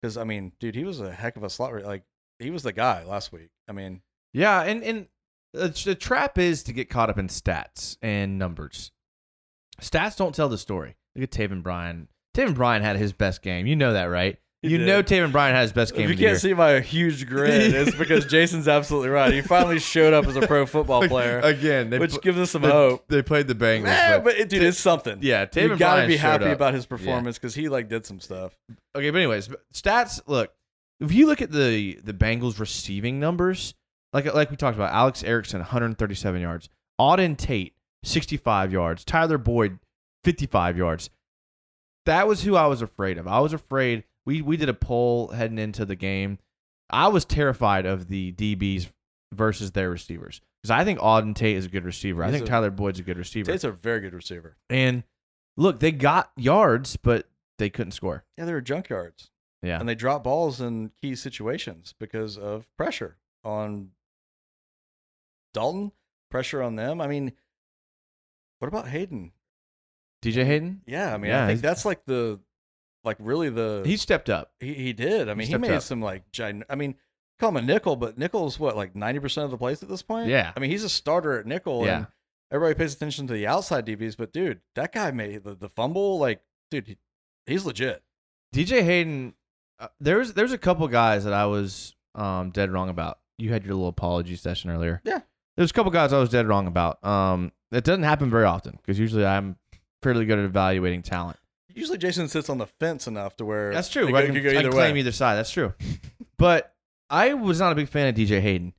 Speaker 4: Because I mean, dude, he was a heck of a slot. Re- like he was the guy last week. I mean,
Speaker 3: yeah, and and the, the trap is to get caught up in stats and numbers. Stats don't tell the story. Look at Taven Bryan. Taven Bryan had his best game. You know that, right?
Speaker 4: He
Speaker 3: you
Speaker 4: did.
Speaker 3: know Taven Bryan had his best game.
Speaker 4: if you
Speaker 3: of the year.
Speaker 4: can't see my huge grin, it's because Jason's absolutely right. He finally showed up as a pro football player,
Speaker 3: again, they
Speaker 4: which
Speaker 3: pl-
Speaker 4: gives us some
Speaker 3: they-
Speaker 4: hope.
Speaker 3: They played the Bengals,
Speaker 4: Eh,
Speaker 3: but-
Speaker 4: but it, dude, it's something.
Speaker 3: yeah, Taven
Speaker 4: you gotta
Speaker 3: Bryan
Speaker 4: be
Speaker 3: showed
Speaker 4: happy
Speaker 3: up.
Speaker 4: about his performance because he like did some stuff.
Speaker 3: Okay, but anyways, stats. Look, if you look at the the Bengals receiving numbers, like like we talked about, Alex Erickson 137 yards, Auden Tate 65 yards, Tyler Boyd 55 yards. That was who I was afraid of. I was afraid we we did a poll heading into the game. I was terrified of the DBs versus their receivers because I think Auden Tate is a good receiver. I
Speaker 4: He's
Speaker 3: think
Speaker 4: a-
Speaker 3: Tyler Boyd's a good receiver.
Speaker 4: Tate's a very good receiver.
Speaker 3: And look, they got yards, but they couldn't score.
Speaker 4: Yeah, they were junkyards.
Speaker 3: Yeah.
Speaker 4: and they drop balls in key situations because of pressure on Dalton, pressure on them. I mean, what about Hayden?
Speaker 3: DJ Hayden,
Speaker 4: Yeah, I mean,
Speaker 3: Yeah,
Speaker 4: I think
Speaker 3: he's-
Speaker 4: that's like the, like really the
Speaker 3: he stepped up.
Speaker 4: he, he did. I mean, he
Speaker 3: stepped
Speaker 4: made
Speaker 3: up.
Speaker 4: some like gin- I mean, call him a nickel, but nickel's what like ninety percent of the plays at this point.
Speaker 3: Yeah.
Speaker 4: I mean, he's a starter at nickel.
Speaker 3: Yeah.
Speaker 4: and everybody pays attention to the outside DBs, but dude, that guy made the, the fumble. Like, dude, he, he's legit.
Speaker 3: DJ Hayden, uh, there's there's a couple guys that I was um, dead wrong about. You had your little apology session earlier.
Speaker 4: Yeah.
Speaker 3: there's a couple guys I was dead wrong about. Um, That doesn't happen very often because usually I'm fairly good at evaluating talent.
Speaker 4: Usually Jason sits on the fence enough to where
Speaker 3: That's true.
Speaker 4: It
Speaker 3: I
Speaker 4: could-
Speaker 3: can,
Speaker 4: could go
Speaker 3: I can
Speaker 4: either
Speaker 3: claim
Speaker 4: way.
Speaker 3: either side. That's true. but I was not a big fan of DJ Hayden.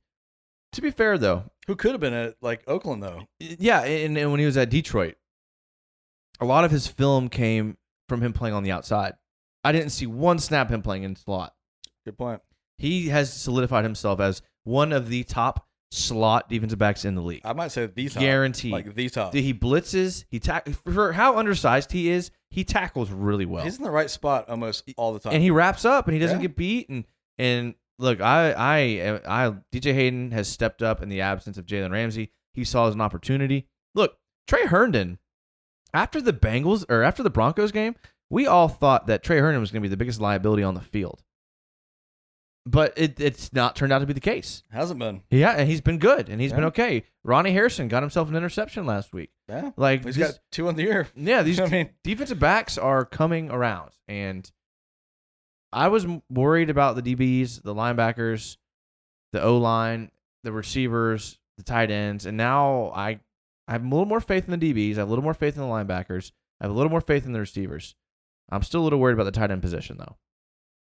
Speaker 3: To be fair, though,
Speaker 4: Who could have been at like Oakland though?
Speaker 3: yeah, and, and when he was at Detroit, a lot of his film came from him playing on the outside. I didn't see one snap him playing in slot.
Speaker 4: Good point.
Speaker 3: He has solidified himself as one of the top slot defensive backs in the league.
Speaker 4: I might say the top.
Speaker 3: Guaranteed.
Speaker 4: Uh, Like the top.
Speaker 3: He blitzes. He tack for how undersized he is. He tackles really well,
Speaker 4: He's in the right spot almost all the time.
Speaker 3: and he wraps up, and he doesn't
Speaker 4: Yeah.
Speaker 3: get beat. And and look, I I I DJ Hayden has stepped up in the absence of Jalen Ramsey. He saw as an opportunity. Look, Trey Herndon. After the Bengals or after the Broncos game, we all thought that Trey Herndon was going to be the biggest liability on the field, but it, it's not turned out to be the case.
Speaker 4: hasn't been.
Speaker 3: Yeah, and he's been good, and he's been
Speaker 4: Yeah.
Speaker 3: okay. Ronnie Harrison got himself an interception last week.
Speaker 4: Yeah.
Speaker 3: Like
Speaker 4: He's
Speaker 3: this-
Speaker 4: got two on the year.
Speaker 3: yeah, these
Speaker 4: I mean,
Speaker 3: defensive backs are coming around, and I was m- worried about the DBs, the linebackers, the O line, the receivers, the tight ends, and now I I have a little more faith in the DBs. I have a little more faith in the linebackers. I have a little more faith in the receivers. I'm still a little worried about the tight end position, though.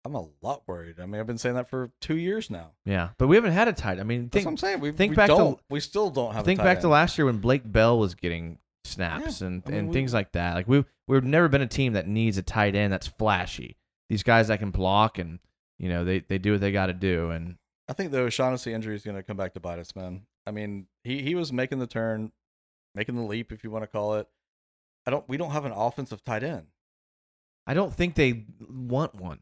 Speaker 4: I'm a lot worried. I mean, I've been saying that for two years now.
Speaker 3: Yeah, but we haven't had a tight. I mean,
Speaker 4: That's
Speaker 3: think
Speaker 4: what I'm saying. We,
Speaker 3: think
Speaker 4: we
Speaker 3: back to-
Speaker 4: don't. we still don't have.
Speaker 3: think
Speaker 4: a tight
Speaker 3: back to
Speaker 4: end.
Speaker 3: last year when Blake Bell was getting snaps and,
Speaker 4: I mean,
Speaker 3: and
Speaker 4: we-
Speaker 3: things like that. Like we we've never been a team that needs a tight end that's flashy. These guys that can block and you know they, they do what they got to do. And
Speaker 4: I think the O'Shaughnessy injury is going to come back to bite us, man. I mean, he he was making the turn, making the leap, if you want to call it. I don't. We don't have an offensive tight end.
Speaker 3: I don't think they want one.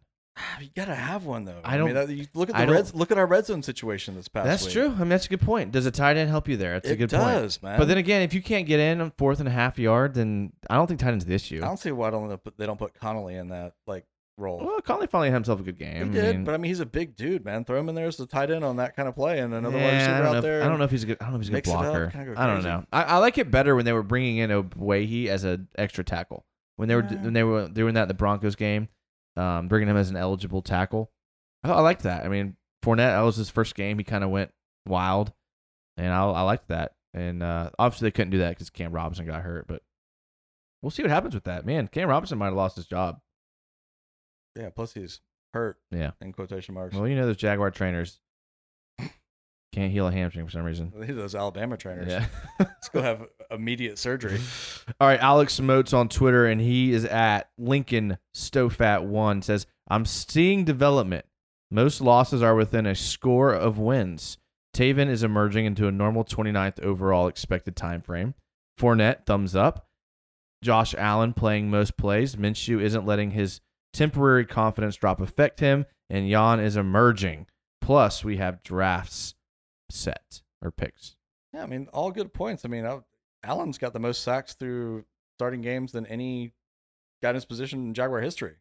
Speaker 4: You gotta have one though.
Speaker 3: I
Speaker 4: mean,
Speaker 3: don't-
Speaker 4: that- you look at
Speaker 3: I
Speaker 4: the
Speaker 3: don't-
Speaker 4: reds. Look at our red zone situation this past.
Speaker 3: that's
Speaker 4: week.
Speaker 3: true. I mean that's a good point. Does a tight end help you there? That's
Speaker 4: it
Speaker 3: a good point.
Speaker 4: does, man.
Speaker 3: But then again, if you can't get in on fourth and a half yard, then I don't think tight ends the issue.
Speaker 4: I don't see why don't they put, they don't put Connolly in that like role.
Speaker 3: Well, Conley finally had himself a good
Speaker 4: he
Speaker 3: game. I
Speaker 4: did,
Speaker 3: mean,
Speaker 4: but I mean, he's a big dude, man. Throw him in there as the tight end on that kind of play, and another
Speaker 3: yeah,
Speaker 4: wide receiver
Speaker 3: I don't know
Speaker 4: out
Speaker 3: if-
Speaker 4: there.
Speaker 3: I don't know if he's a good. I don't know if he's a good
Speaker 4: Mix it up,
Speaker 3: blocker.
Speaker 4: kinda go
Speaker 3: I don't
Speaker 4: crazy.
Speaker 3: know. I, I like it better when they were bringing in Obuehi as an extra tackle when they were
Speaker 4: Yeah.
Speaker 3: when they were doing that in the Broncos game, um, bringing him as an eligible tackle. I, I liked that. I mean, Fournette that was his first game. He kind of went wild, and I, I liked that. And uh, obviously they couldn't do that because Cam Robinson got hurt. But we'll see what happens with that. Man, Cam Robinson might have lost his job.
Speaker 4: Yeah, plus he's hurt.
Speaker 3: Yeah.
Speaker 4: in quotation marks.
Speaker 3: Well, you know those Jaguar trainers can't heal a hamstring for some reason.
Speaker 4: These are those Alabama trainers.
Speaker 3: Yeah.
Speaker 4: Let's go have immediate surgery.
Speaker 3: All right, Alex Moats on Twitter, and he is at Lincoln Stofat One says, "I'm seeing development. Most losses are within a score of wins. Taven is emerging into a normal 29th overall expected time frame. Fournette thumbs up. Josh Allen playing most plays. Minshew isn't letting his temporary confidence drop affect him, and Jan is emerging. Plus, we have drafts set or picks.
Speaker 4: Yeah, I mean, all good points. I mean, I, Allen's got the most sacks through starting games than any guy in his position in Jaguar history.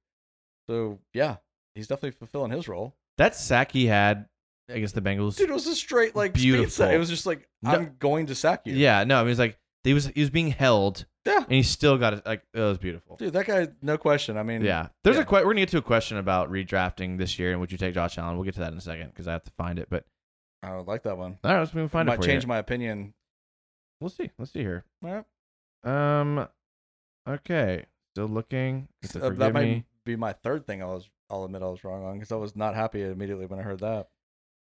Speaker 4: So yeah, he's definitely fulfilling his role.
Speaker 3: That sack he had." against the Bengals.
Speaker 4: Dude, it was a straight like speed
Speaker 3: Beautiful.
Speaker 4: sack. It was just like
Speaker 3: No-
Speaker 4: I'm going to sack you.
Speaker 3: Yeah, no, I mean, it was like he was he was being held,
Speaker 4: Yeah.
Speaker 3: and he still got it. Like it was beautiful.
Speaker 4: dude, that guy, no question. I mean,
Speaker 3: yeah, there's a
Speaker 4: yeah.
Speaker 3: que- we're gonna get to a question about redrafting this year and would you take Josh Allen? We'll get to that in a second because I have to find it. But
Speaker 4: I would like that one.
Speaker 3: all right, let's move and find it
Speaker 4: Might
Speaker 3: for
Speaker 4: change
Speaker 3: you.
Speaker 4: my opinion.
Speaker 3: We'll see. Let's see here.
Speaker 4: All right.
Speaker 3: Um, okay, still looking. Have to
Speaker 4: Uh,
Speaker 3: forgive
Speaker 4: that might
Speaker 3: me.
Speaker 4: be my third thing. I was, I'll admit, I was wrong on because I was not happy immediately when I heard that.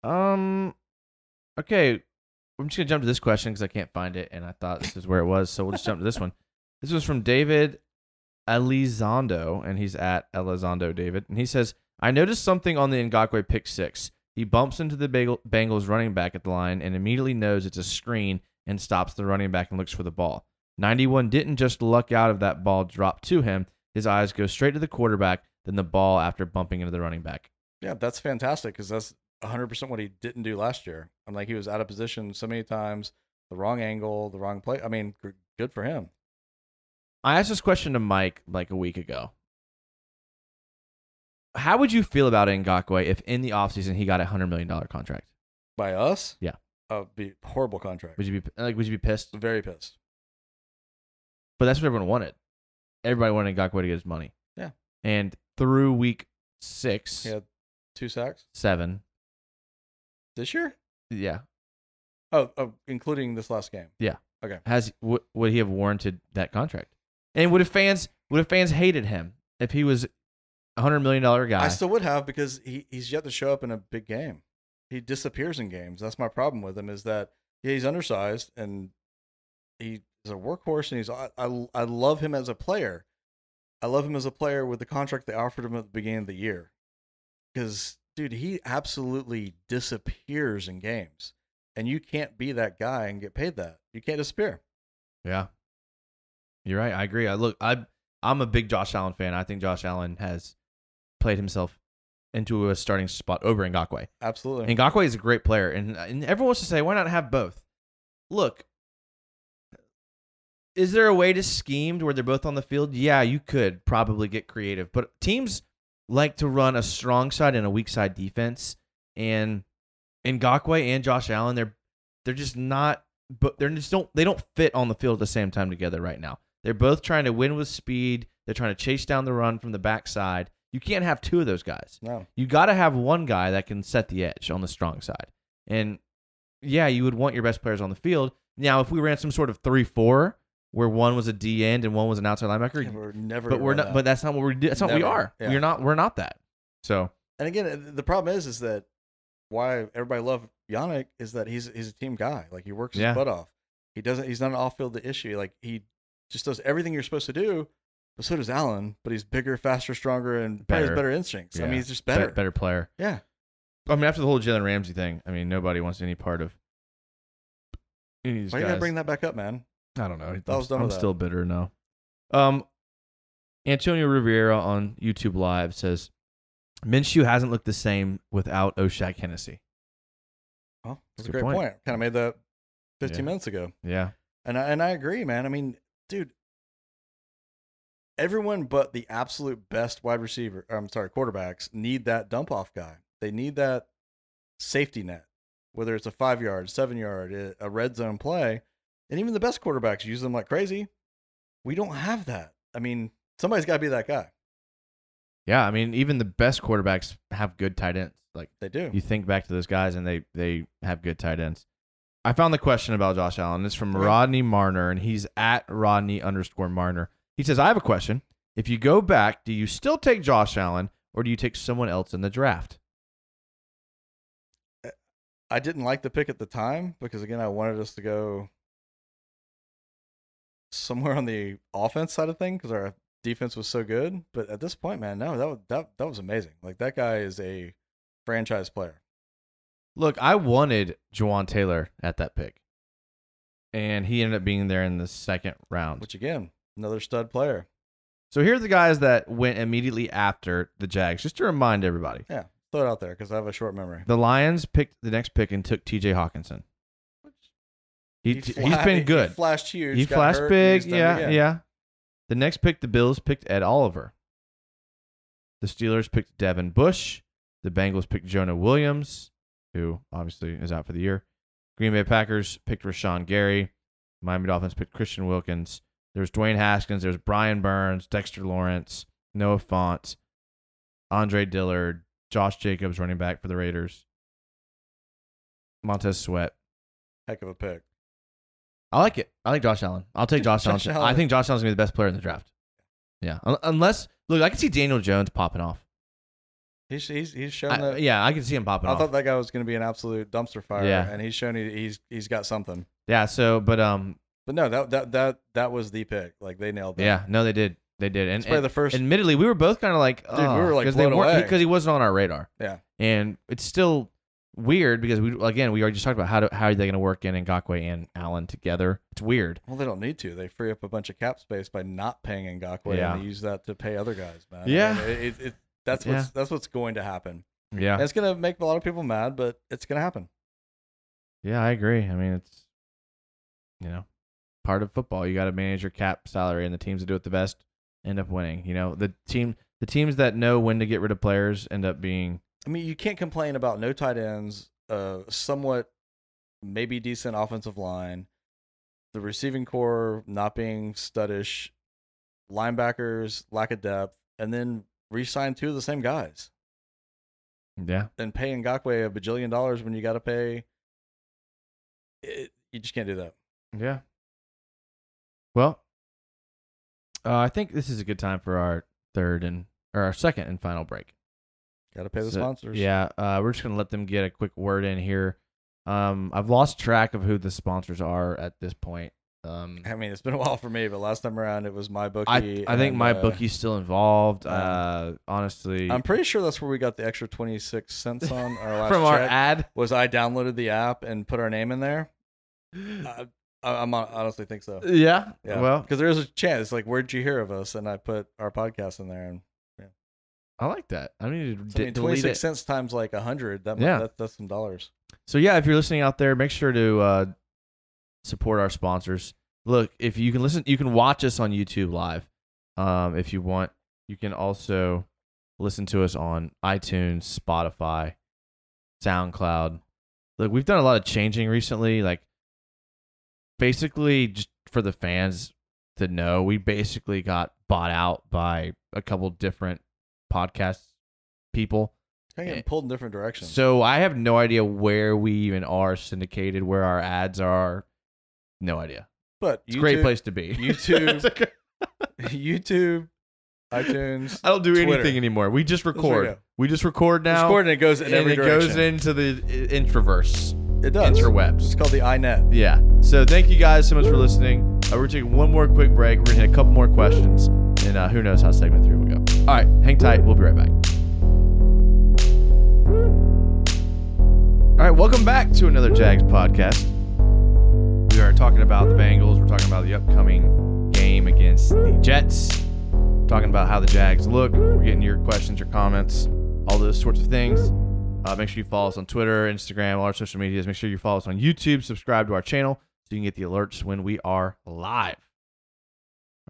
Speaker 3: Um, okay, I'm just gonna jump to this question because I can't find it, and I thought this is where it was, so we'll just jump to this one. This was from David Elizondo, and he's at Elizondo David, and he says, "I noticed something on the Ngakwe pick six. He bumps into the Bagel- Bengals running back at the line and immediately knows it's a screen and stops the running back and looks for the ball. 91 didn't just luck out of that ball drop to him. His eyes go straight to the quarterback, then the ball after bumping into the running back.
Speaker 4: Yeah, that's fantastic because that's 100% what he didn't do last year. I'm like, he was out of position so many times, the wrong angle, the wrong play. I mean, g- good for him.
Speaker 3: I asked this question to Mike like a week ago. How would you feel about Ngakwe if in the offseason he got a hundred million dollar contract?
Speaker 4: By us?
Speaker 3: Yeah.
Speaker 4: Uh, be horrible contract.
Speaker 3: Would you be like would you be pissed?
Speaker 4: Very pissed.
Speaker 3: But that's what everyone wanted. Everybody wanted Ngakwe to get his money.
Speaker 4: Yeah.
Speaker 3: And through week six,
Speaker 4: He had two sacks
Speaker 3: seven,
Speaker 4: this year?
Speaker 3: yeah,
Speaker 4: Oh, oh, including this last game.
Speaker 3: Yeah.
Speaker 4: Okay.
Speaker 3: Has w- would he have warranted that contract? And would if fans would if fans hated him if he was a hundred million dollar guy?
Speaker 4: I still would have because he, he's yet to show up in a big game. He disappears in games. That's my problem with him is that yeah, he's undersized and he's a workhorse and he's I, I, I love him as a player. I love him as a player with the contract they offered him at the beginning of the year. Cuz dude, he absolutely disappears in games. And you can't be that guy and get paid that. You can't disappear.
Speaker 3: yeah, you're right. I agree. I look. I I'm a big Josh Allen fan. I think Josh Allen has played himself into a starting spot over Ngakwe.
Speaker 4: Absolutely.
Speaker 3: And Ngakwe is a great player, and, uh, and everyone wants to say, why not have both? Look, is there a way to scheme to where they're both on the field? Yeah, you could probably get creative, but teams like to run a strong side and a weak side defense, and and Ngakwe and Josh Allen, they're they're just not, but they're just don't they don't fit on the field at the same time together right now. They're both trying to win with speed. They're trying to chase down the run from the backside. You can't have two of those guys
Speaker 4: no.
Speaker 3: you got to have one guy that can set the edge on the strong side. And yeah, you would want your best players on the field. Now, if we ran some sort of three-four where one was a D end and one was an outside linebacker,
Speaker 4: We're never
Speaker 3: but
Speaker 4: gonna
Speaker 3: we're
Speaker 4: run
Speaker 3: not.
Speaker 4: that.
Speaker 3: But that's not what we do. That's not what we
Speaker 4: Never.
Speaker 3: are.
Speaker 4: Yeah.
Speaker 3: You're not. We're not that. So
Speaker 4: And again, the problem is, is that why everybody loved Yannick is that he's he's a team guy. Like he works
Speaker 3: Yeah.
Speaker 4: his butt off. He doesn't. He's not an off-field issue. Like he just does everything you're supposed to do. But so does Allen. But he's bigger, faster, stronger, and probably
Speaker 3: Better.
Speaker 4: has better instincts. I
Speaker 3: Yeah.
Speaker 4: mean, he's just
Speaker 3: bet-
Speaker 4: better.
Speaker 3: better player.
Speaker 4: Yeah.
Speaker 3: I mean, after the whole Jalen Ramsey thing, I mean, nobody wants any part of. Any of these
Speaker 4: Why you gotta
Speaker 3: guys.
Speaker 4: bring that back up, man?
Speaker 3: I don't know. I'm,
Speaker 4: was done
Speaker 3: I'm
Speaker 4: with that.
Speaker 3: still bitter now. Um, Antonio Rivera on YouTube Live says Minshew hasn't looked the same without Oshak Hennessy.
Speaker 4: Well, that's
Speaker 3: Good
Speaker 4: a great
Speaker 3: point.
Speaker 4: point. Kind of made that 15
Speaker 3: Yeah.
Speaker 4: minutes ago.
Speaker 3: Yeah.
Speaker 4: And I, and I agree, man. I mean, dude, everyone but the absolute best wide receiver, I'm sorry, quarterbacks need that dump off guy. They need that safety net, whether it's a five yard, seven yard, eh, a- a red zone play. And even the best quarterbacks use them like crazy. We don't have that. I mean, somebody's got to be that guy.
Speaker 3: Yeah. I mean, even the best quarterbacks have good tight ends. Like
Speaker 4: They do.
Speaker 3: you think back to those guys and they they have good tight ends. I found the question about Josh Allen. It's from
Speaker 4: Okay.
Speaker 3: Rodney Marner, and he's at Rodney underscore Marner. He says, I have a question. If you go back, do you still take Josh Allen or do you take someone else in the draft?
Speaker 4: I didn't like the pick at the time because again I wanted us to go somewhere on the offense side of thing because our defense was so good. But at this point, man, no, that was, that that was amazing. Like that guy is a franchise player.
Speaker 3: Look, I wanted Jawan Taylor at that pick, and he ended up being there in the second round.
Speaker 4: Which again, another stud player.
Speaker 3: so here are the guys that went immediately after the Jags. Just to remind everybody,
Speaker 4: Yeah, throw it out there because I have a short memory.
Speaker 3: the Lions picked the next pick and took T.J. Hawkinson. He, he
Speaker 4: fla-
Speaker 3: has been good.
Speaker 4: He flashed huge.
Speaker 3: He
Speaker 4: got
Speaker 3: flashed
Speaker 4: hurt, and
Speaker 3: big.
Speaker 4: he's done it
Speaker 3: Yeah,
Speaker 4: again.
Speaker 3: yeah. The next pick, the Bills picked Ed Oliver. The Steelers picked Devin Bush. The Bengals picked Jonah Williams, who obviously is out for the year. Green Bay Packers picked Rashawn Gary. Miami Dolphins picked Christian Wilkins. There's Dwayne Haskins. There's Brian Burns, Dexter Lawrence, Noah Font, Andre Dillard, Josh Jacobs, running back for the Raiders. Montez Sweat.
Speaker 4: Heck of a pick.
Speaker 3: I like it. I like Josh Allen. I'll take Josh,
Speaker 4: Josh
Speaker 3: Allen.
Speaker 4: Allen.
Speaker 3: I think Josh Allen's gonna be the best player in the draft. Yeah, Un- unless look, I can see Daniel Jones popping off.
Speaker 4: He's he's he's shown
Speaker 3: I-
Speaker 4: that.
Speaker 3: yeah, I can see him popping
Speaker 4: I
Speaker 3: off.
Speaker 4: thought that guy was going to be an absolute dumpster fire,
Speaker 3: Yeah.
Speaker 4: and he's shown he, he's he's got something.
Speaker 3: yeah. So, but um,
Speaker 4: But no, that that that that was the pick. Like they nailed that.
Speaker 3: yeah, no, they did, they did, and,
Speaker 4: It's probably
Speaker 3: and
Speaker 4: the first.
Speaker 3: admittedly, we were both kind of like,
Speaker 4: we were, like,
Speaker 3: because they
Speaker 4: blown
Speaker 3: weren't
Speaker 4: away.
Speaker 3: because he wasn't on our radar.
Speaker 4: Yeah.
Speaker 3: and it's still weird because we again we already just talked about how do, how are they gonna work in Ngakwe and Allen together. It's weird.
Speaker 4: well, they don't need to. They free up a bunch of cap space by not paying Ngakwe,
Speaker 3: Yeah.
Speaker 4: and they use that to pay other guys. Man, I
Speaker 3: Yeah.
Speaker 4: mean, it, it, it- that's what's that's what's going to happen.
Speaker 3: Yeah,
Speaker 4: Mm. And it's going to make a lot of people mad, but it's going to happen.
Speaker 3: Yeah, I agree. I mean, it's you know part of football. You got to manage your cap salary, and the teams that do it the best end up winning. You know, the team the teams that know when to get rid of players end up being
Speaker 4: I mean, you can't complain about no tight ends, uh, somewhat maybe decent offensive line, the receiving core not being studdish, linebackers lack of depth, and then re-sign two of the same guys.
Speaker 3: yeah.
Speaker 4: and pay Ngakwe a bajillion dollars when you got to pay. It, you just can't do that.
Speaker 3: Yeah. Well, uh, I think this is a good time for our third and or our second and final break.
Speaker 4: Got to pay the
Speaker 3: So,
Speaker 4: sponsors.
Speaker 3: Yeah, uh, we're just gonna let them get a quick word in here. Um, I've lost track of who the sponsors are at this point. Um,
Speaker 4: I mean, it's been a while for me, but last time around it was my
Speaker 3: I,
Speaker 4: bookie.
Speaker 3: I think
Speaker 4: and,
Speaker 3: my
Speaker 4: uh,
Speaker 3: bookie's still involved.
Speaker 4: um,
Speaker 3: Uh, honestly,
Speaker 4: I'm pretty sure that's where we got the extra 26 cents on our last
Speaker 3: from our
Speaker 4: check,
Speaker 3: ad,
Speaker 4: Was I downloaded the app and put our name in there? I, I, I'm hon- honestly think so.
Speaker 3: yeah.
Speaker 4: Yeah.
Speaker 3: Uh, Well,
Speaker 4: because there is a chance, like, where'd you hear of us? And I put our podcast in there, and
Speaker 3: I like that. I need to
Speaker 4: so,
Speaker 3: d-
Speaker 4: I mean,
Speaker 3: delete
Speaker 4: 26
Speaker 3: it.
Speaker 4: cents times like 100. That,
Speaker 3: Yeah.
Speaker 4: yeah. that that's some dollars.
Speaker 3: So yeah, if you're listening out there, make sure to uh, support our sponsors. Look, if you can listen, you can watch us on YouTube live. Um, if you want, you can also listen to us on iTunes, Spotify, SoundCloud. Look, we've done a lot of changing recently. Like, basically, just for the fans to know, we basically got bought out by a couple different podcast people.
Speaker 4: Kind of
Speaker 3: Eh.
Speaker 4: getting pulled in different directions.
Speaker 3: So I have no idea where we even are syndicated, where our ads are. No idea.
Speaker 4: but
Speaker 3: It's a great
Speaker 4: YouTube-
Speaker 3: place to be.
Speaker 4: YouTube,
Speaker 3: It's like,
Speaker 4: YouTube, iTunes.
Speaker 3: I don't do
Speaker 4: Twitter.
Speaker 3: anything anymore. We just
Speaker 4: what we
Speaker 3: record.
Speaker 4: do.
Speaker 3: we just record now.
Speaker 4: Recording it goes in
Speaker 3: and
Speaker 4: every
Speaker 3: it
Speaker 4: direction.
Speaker 3: goes into the i- introverse,
Speaker 4: It does. It's
Speaker 3: interwebs.
Speaker 4: called the iNet.
Speaker 3: Yeah. So thank you guys so much for listening. Uh, we're taking one more quick break. We're gonna hit a couple more questions, and uh, who knows how segment three will go. All right, hang tight. We'll be right back. All right, welcome back to another Jags podcast. We are talking about the Bengals. We're talking about the upcoming game against the Jets. Talking about how the Jags look. We're getting your questions, your comments, all those sorts of things. Uh, make sure you follow us on Twitter, Instagram, all our social medias. Make sure you follow us on YouTube. Subscribe to our channel so you can get the alerts when we are live.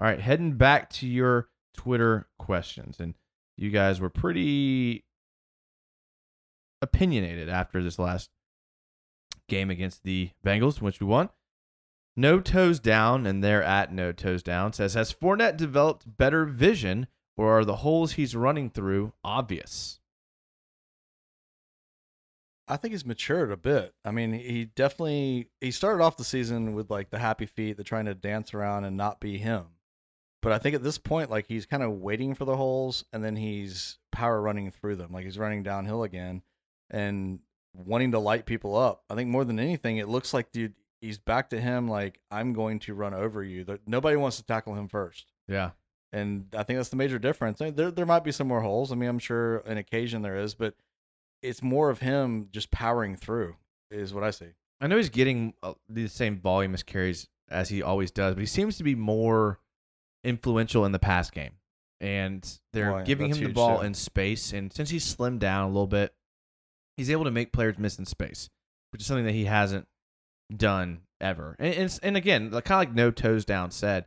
Speaker 3: All right, heading back to your Twitter questions, and you guys were pretty opinionated after this last game against the Bengals, which we won. No toes down, and they're at no toes down. Says, has Fournette developed better vision, or are the holes he's running through obvious?
Speaker 4: I think he's matured a bit. I mean, he definitely he started off the season with like the happy feet, the trying to dance around and not be him. But I think at this point, like he's kind of waiting for the holes, and then he's power running through them, like he's running downhill again, and wanting to light people up. I think more than anything, it looks like dude, he's back to him. Like I'm going to run over you. There- Nobody wants to tackle him first.
Speaker 3: Yeah,
Speaker 4: and I think that's the major difference. I mean, There, there might be some more holes. I mean, I'm sure an occasion there is, but it's more of him just powering through is what I see.
Speaker 3: I know he's getting uh, the same volume as carries as he always does, but he seems to be more influential in the pass game. And they're
Speaker 4: Oh, yeah,
Speaker 3: giving
Speaker 4: that's
Speaker 3: him the
Speaker 4: huge,
Speaker 3: ball
Speaker 4: too.
Speaker 3: in space. And since he's slimmed down a little bit, he's able to make players miss in space, which is something that he hasn't done ever. And, and, it's- and again, like, kind of like no toes down said,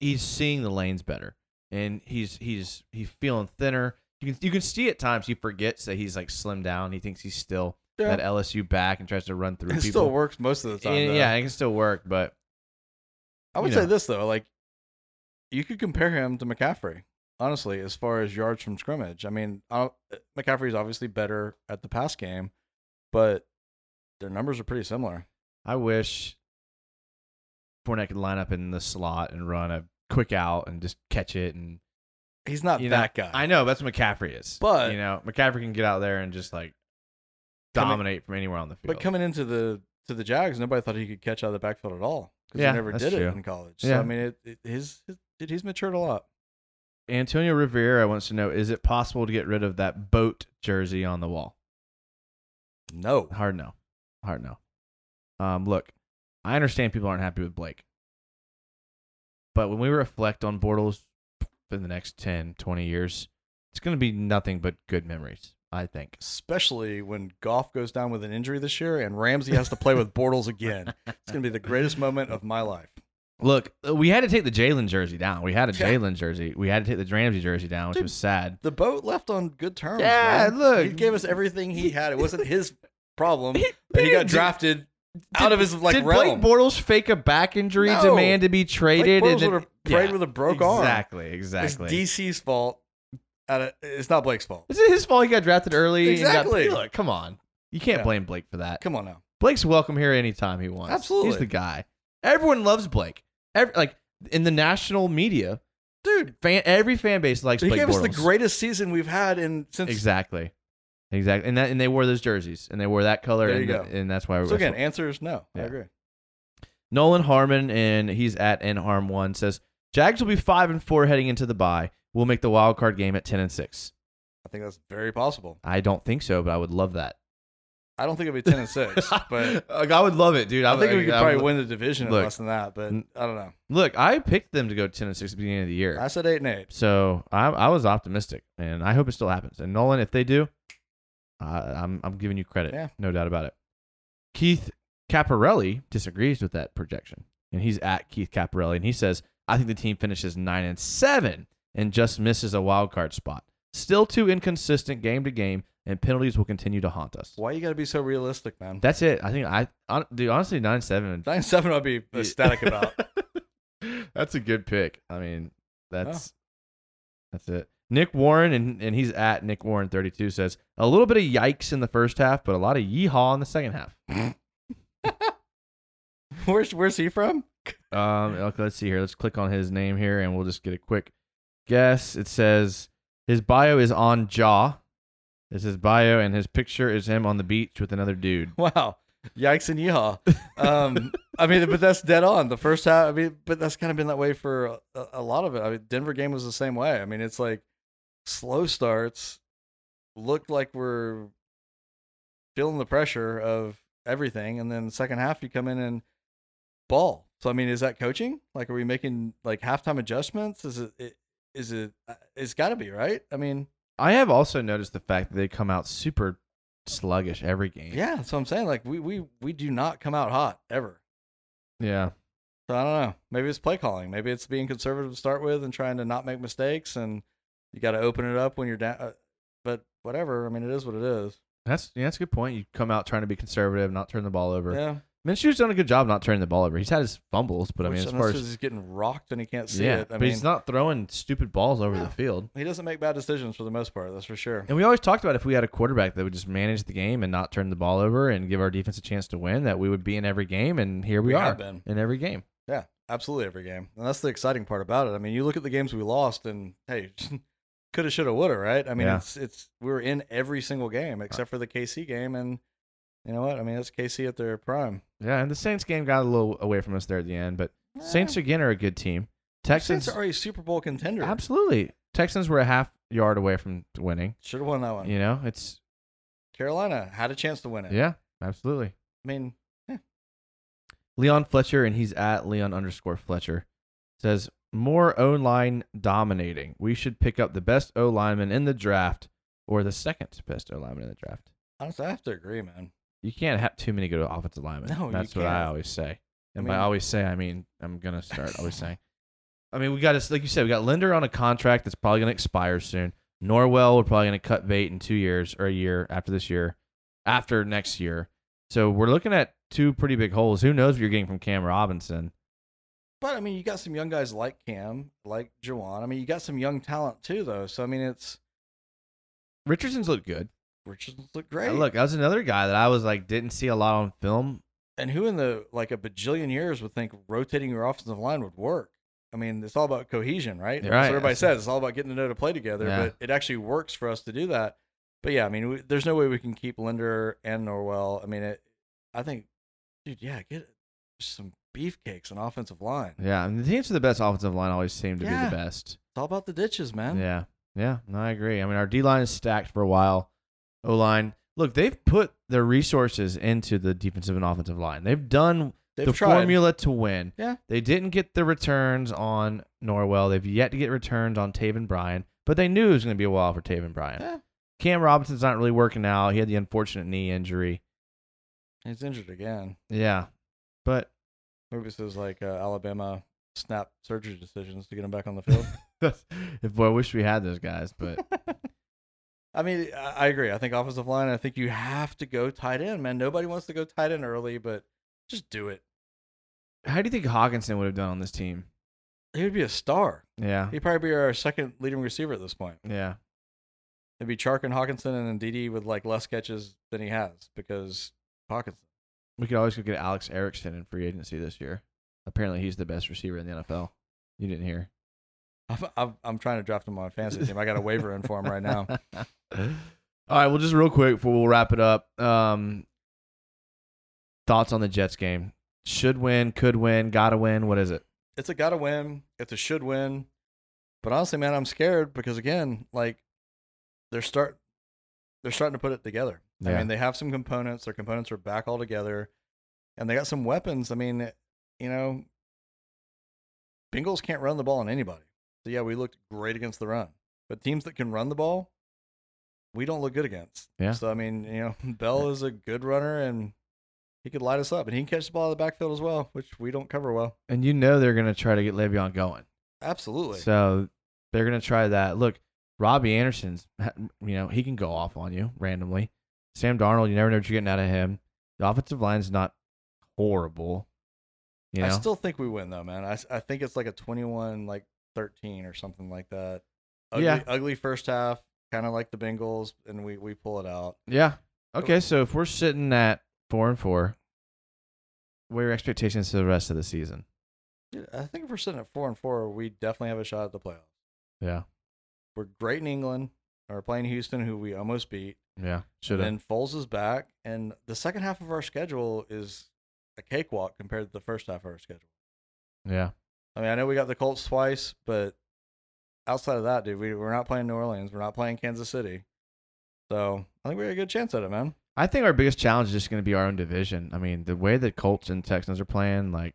Speaker 3: he's seeing the lanes better, and he's he's he's feeling thinner. You can you can see at times he forgets that he's like slimmed down. He thinks he's still
Speaker 4: Yeah.
Speaker 3: that LSU back and tries to run through
Speaker 4: It
Speaker 3: people.
Speaker 4: still works most of the time.
Speaker 3: And,
Speaker 4: though.
Speaker 3: yeah, it can still work, but
Speaker 4: I would
Speaker 3: you
Speaker 4: say
Speaker 3: know.
Speaker 4: this though, like you could compare him to McCaffrey, honestly, as far as yards from scrimmage. I mean, I don't- McCaffrey is obviously better at the pass game, but their numbers are pretty similar.
Speaker 3: I wish Fournette could line up in the slot and run a quick out and just catch it. And
Speaker 4: He's not
Speaker 3: you know,
Speaker 4: that guy.
Speaker 3: I know that's what McCaffrey is,
Speaker 4: Uh, But-
Speaker 3: you know McCaffrey can get out there and just like
Speaker 4: Coming-
Speaker 3: dominate from anywhere on the field.
Speaker 4: But coming into the to the Jags, nobody thought he could catch out of the backfield at all because
Speaker 3: Yeah,
Speaker 4: he never
Speaker 3: that's
Speaker 4: did
Speaker 3: true.
Speaker 4: it in college. So
Speaker 3: Yeah.
Speaker 4: I mean, it, it his, his dude, he's matured a lot.
Speaker 3: Antonio Rivera wants to know: Is it possible to get rid of that boat jersey on the wall?
Speaker 4: No,
Speaker 3: Hard no, hard no. Um, look, I understand people aren't happy with Blake, but when we reflect on Bortles in the next 10, 20 years, it's going to be nothing but good memories. I think.
Speaker 4: especially when Goff goes down with an injury this year and Ramsey has to play with Bortles again. It's gonna be the greatest moment of my life.
Speaker 3: Look, uh, we had to take the Jalen jersey down. We had a
Speaker 4: Yeah.
Speaker 3: Jalen jersey. We had to take the Ramsey jersey down, which
Speaker 4: Dude.
Speaker 3: was sad.
Speaker 4: The boat left on good terms.
Speaker 3: Yeah,
Speaker 4: man.
Speaker 3: look.
Speaker 4: he gave us everything he had. It wasn't his problem.
Speaker 3: He-
Speaker 4: that he got
Speaker 3: did-
Speaker 4: drafted out of his like
Speaker 3: Did
Speaker 4: realm.
Speaker 3: Blake Bortles fake a back injury,
Speaker 4: No.
Speaker 3: demand to be
Speaker 4: Blake
Speaker 3: traded,
Speaker 4: Bortles
Speaker 3: and then
Speaker 4: would have played
Speaker 3: Yeah,
Speaker 4: with a broke arm.
Speaker 3: Exactly, exactly.
Speaker 4: It's DC's fault. Out of- it's not Blake's fault.
Speaker 3: Is it his fault he got drafted early? and got-
Speaker 4: Exactly.
Speaker 3: look, come on. You can't
Speaker 4: Yeah.
Speaker 3: blame Blake for that.
Speaker 4: Come on now.
Speaker 3: Blake's welcome here anytime he wants. He's
Speaker 4: Absolutely.
Speaker 3: the guy. Everyone loves Blake. Every, like in the national media. Dude, fan, every fan base likes
Speaker 4: He
Speaker 3: Blake
Speaker 4: gave us the
Speaker 3: Bortles.
Speaker 4: greatest season we've had in since.
Speaker 3: Exactly. Exactly. And that and they wore those jerseys and they wore that color
Speaker 4: There you
Speaker 3: and,
Speaker 4: go.
Speaker 3: and that's why
Speaker 4: So again,
Speaker 3: that's-
Speaker 4: answer is no.
Speaker 3: Yeah.
Speaker 4: I agree.
Speaker 3: Nolan Harmon and he's at nharm one says Jags will be five and four heading into the bye. We'll make the wild card game at ten and six.
Speaker 4: I think that's very possible.
Speaker 3: I don't think so, but I would love that.
Speaker 4: I don't think it'll be ten and six, but
Speaker 3: Like, I would love it, dude.
Speaker 4: I think we could
Speaker 3: I
Speaker 4: probably
Speaker 3: would-
Speaker 4: win the division in
Speaker 3: Look.
Speaker 4: less than that. But
Speaker 3: N-
Speaker 4: I don't know.
Speaker 3: Look, I picked them to go ten and six at the beginning of the year,
Speaker 4: I said eight and eight.
Speaker 3: so I, I was optimistic, and I hope it still happens. And Nolan, if they do, uh, I'm I'm giving you credit,
Speaker 4: Yeah.
Speaker 3: no doubt about it. Keith Caparelli disagrees with that projection, and he's at Keith Caparelli, and he says, "I think the team finishes nine and seven and just misses a wild card spot. Still too inconsistent game to game, and penalties will continue to haunt us."
Speaker 4: Why you got to be so realistic, man?
Speaker 3: That's it. I think I, hon- dude, honestly, nine seven.
Speaker 4: Nine seven, I'd be ecstatic about.
Speaker 3: that's a good pick. I mean, that's that's it. Nick Warren and and he's at Nick Warren thirty two says a little bit of yikes in the first half, but a lot of yeehaw in the second half.
Speaker 4: Where's Where's he from?
Speaker 3: Um, okay, let's see here. Let's click on his name here, and we'll just get a quick guess. It says his bio is on Jaw. This is bio, and his picture is him on the beach with another dude.
Speaker 4: Wow. Yikes and yeehaw. Um, I mean, but that's dead on. The first half, I mean, but that's kind of been that way for a, a lot of it. I mean, Denver game was the same way. I mean, it's like slow starts look like we're feeling the pressure of everything. And then the second half, you come in and ball. So, I mean, is that coaching? Like, are we making like halftime adjustments? Is it, it is it, uh, it's got to be, right? I mean,
Speaker 3: I have also noticed the fact that they come out super sluggish every game.
Speaker 4: yeah, that's what I'm saying. Like, we, we, we do not come out hot ever.
Speaker 3: yeah.
Speaker 4: So I don't know. Maybe it's play calling. Maybe it's being conservative to start with and trying to not make mistakes. And you got to open it up when you're down. Uh, but whatever. I mean, it is what it is.
Speaker 3: That's yeah, that's a good point. You come out trying to be conservative, not turn the ball over.
Speaker 4: Yeah.
Speaker 3: Minshew's done a good job not turning the ball over. He's had his fumbles, but I mean,
Speaker 4: Which,
Speaker 3: as
Speaker 4: unless
Speaker 3: far as
Speaker 4: he's getting rocked and he can't see
Speaker 3: yeah,
Speaker 4: it. I
Speaker 3: but
Speaker 4: mean,
Speaker 3: he's not throwing stupid balls over
Speaker 4: No.
Speaker 3: the field.
Speaker 4: He doesn't make bad decisions for the most part. That's for sure.
Speaker 3: And we always talked about if we had a quarterback that would just manage the game and not turn the ball over and give our defense a chance to win, that we would be in every game. And here we,
Speaker 4: We
Speaker 3: are
Speaker 4: have been.
Speaker 3: in every game.
Speaker 4: Yeah, absolutely every game. And that's the exciting part about it. I mean, you look at the games we lost and hey, coulda shoulda woulda, right? I mean,
Speaker 3: Yeah. Uh
Speaker 4: it's it's we were in every single game except for the KC game and you know what? I mean, that's KC at their prime.
Speaker 3: Yeah, and the Saints game got a little away from us there at the end, but Saints
Speaker 4: Eh,
Speaker 3: again are a good team.
Speaker 4: Saints
Speaker 3: Texans,
Speaker 4: are a Super Bowl contender.
Speaker 3: absolutely. Texans were a half yard away from winning.
Speaker 4: Should have won that one.
Speaker 3: You know, it's
Speaker 4: Carolina had a chance to win it.
Speaker 3: yeah, absolutely.
Speaker 4: I mean,
Speaker 3: Leon Fletcher, and he's at Leon underscore Fletcher, says more O line dominating. We should pick up the best O lineman in the draft or the second best O lineman in the draft.
Speaker 4: honestly, I have to agree, man.
Speaker 3: You can't have too many good offensive linemen.
Speaker 4: No, you
Speaker 3: that's what I
Speaker 4: can't.
Speaker 3: always say. And
Speaker 4: I
Speaker 3: by
Speaker 4: mean-
Speaker 3: always say, I mean I'm gonna start always saying. I mean, we got to like you said, we got Linder on a contract that's probably gonna expire soon. Norwell, we're probably gonna cut bait in two years or a year after this year, after next year. So we're looking at two pretty big holes. Who knows what you're getting from Cam Robinson?
Speaker 4: But I mean, you got some young guys like Cam, like Jawan. I mean, you got some young talent too, though. So I mean, it's
Speaker 3: Richardson's looked good.
Speaker 4: Richardson's look great.
Speaker 3: Look, that was another guy that I was like didn't see a lot on film.
Speaker 4: and who in the like a bajillion years would think rotating your offensive line would work? I mean, it's all about cohesion, right?
Speaker 3: You're
Speaker 4: That's
Speaker 3: right.
Speaker 4: what everybody
Speaker 3: That's-
Speaker 4: says. It's all about getting to know to play together,
Speaker 3: Yeah.
Speaker 4: but it actually works for us to do that. But yeah, I mean, we, there's no way we can keep Linder and Norwell. I mean, it, I think, dude, yeah, get some beefcakes on offensive line.
Speaker 3: Yeah, and the teams with the best offensive line always seem to be
Speaker 4: Yeah.
Speaker 3: the best.
Speaker 4: It's all about the ditches, man.
Speaker 3: Yeah, yeah, no, I agree. I mean, our D line is stacked for a while. O line, look, they've put their resources into the defensive and offensive line. They've done
Speaker 4: They've
Speaker 3: the
Speaker 4: tried.
Speaker 3: formula to win.
Speaker 4: Yeah.
Speaker 3: they didn't get the returns on Norwell. They've yet to get returns on Taven Bryan, but they knew it was going to be a while for Taven Bryan.
Speaker 4: Yeah.
Speaker 3: Cam Robinson's not really working out. He had the unfortunate knee injury.
Speaker 4: He's injured again.
Speaker 3: Yeah, but
Speaker 4: Maybe this is like uh, Alabama snap surgery decisions to get him back on the field.
Speaker 3: if boy, I wish we had those guys, but
Speaker 4: I mean, I I agree. I think offensive line. I think you have to go tight end, man. Nobody wants to go tight end early, but just do it.
Speaker 3: how do you think Hawkinson would have done on this team?
Speaker 4: He would be a star.
Speaker 3: Yeah,
Speaker 4: He'd probably be our second leading receiver at this point.
Speaker 3: yeah,
Speaker 4: It'd be Chark and Hawkinson, and then DD with like less catches than he has because Hawkinson.
Speaker 3: we could always go get Alex Erickson in free agency this year. Apparently, he's the best receiver in the NFL. You didn't hear.
Speaker 4: I'm, I'm, I'm trying to draft him on a fantasy team. I got a waiver in for him right now.
Speaker 3: All right. Well, just real quick before we'll wrap it up. Um, thoughts on the Jets game? Should win, could win, gotta win. What is it?
Speaker 4: It's a gotta win. It's a should win. But honestly, man, I'm scared because again, like they're start they're starting to put it together. I
Speaker 3: Yeah.
Speaker 4: mean, they have some components. Their components are back all together, and they got some weapons. I mean, you know, Bengals can't run the ball on anybody. So yeah, we looked great against the run, but teams that can run the ball, we don't look good against.
Speaker 3: Yeah.
Speaker 4: So I mean, you know, Bell is a good runner and he could light us up, and he can catch the ball out of the backfield as well, which we don't cover well.
Speaker 3: And you know they're gonna try to get Le'Veon going.
Speaker 4: Absolutely.
Speaker 3: So they're gonna try that. Look, Robbie Anderson's, you know, he can go off on you randomly. Sam Darnold, you never know what you're getting out of him. The offensive line's not horrible. You know,
Speaker 4: I still think we win though, man. I, s- I think it's like a 21 like 13 or something like that. Ugly,
Speaker 3: Yeah.
Speaker 4: ugly first half, kind of like the Bengals and we we pull it out.
Speaker 3: yeah. Okay, so if we're sitting at four and four, what are your expectations for the rest of the season?
Speaker 4: Dude, I think if we're sitting at 4 and 4, we definitely have a shot at the playoffs.
Speaker 3: Yeah,
Speaker 4: We're great in England, and we're playing Houston who we almost beat.
Speaker 3: yeah, should
Speaker 4: And
Speaker 3: have.
Speaker 4: then Foles is back and the second half of our schedule is a cakewalk compared to the first half of our schedule.
Speaker 3: Yeah,
Speaker 4: I mean, I know we got the Colts twice, but outside of that, dude, we, we're not playing New Orleans. We're not playing Kansas City. So I think we got a good chance at it, man.
Speaker 3: I think our biggest challenge is just going to be our own division. I mean, the way the Colts and Texans are playing, like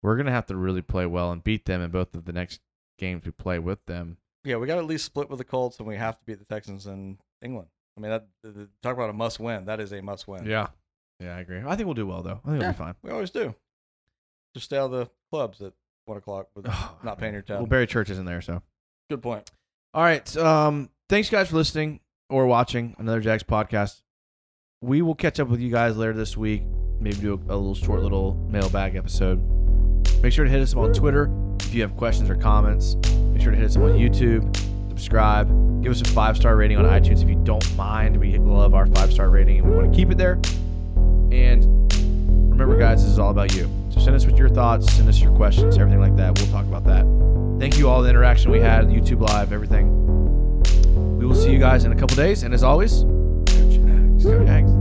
Speaker 3: we're going to have to really play well and beat them in both of the next games we play with them.
Speaker 4: Yeah, we got to at least split with the Colts, and we have to beat the Texans in England. I mean, that th- th- talk about a must win. That is a must win.
Speaker 3: Yeah. Yeah, I agree. I think we'll do well though. I think
Speaker 4: Yeah.
Speaker 3: we'll be fine.
Speaker 4: we always do. Just stay out of the clubs at one o'clock. With, Not paying your tab.
Speaker 3: Well, Barry Church is in there, so.
Speaker 4: good point.
Speaker 3: All right. Um, thanks guys for listening or watching another Jags podcast. We will catch up with you guys later this week. Maybe do a, a little short little mailbag episode. Make sure to hit us up on Twitter if you have questions or comments. Make sure to hit us up on YouTube. Subscribe. Give us a five star rating on iTunes if you don't mind. We love our five star rating and we want to keep it there. And remember, guys, this is all about you. So send us with your thoughts, send us your questions, everything like that. We'll talk about that. Thank you all the interaction we had, YouTube live, everything. We will see you guys in a couple days, and as always, go Jags. Go Jags.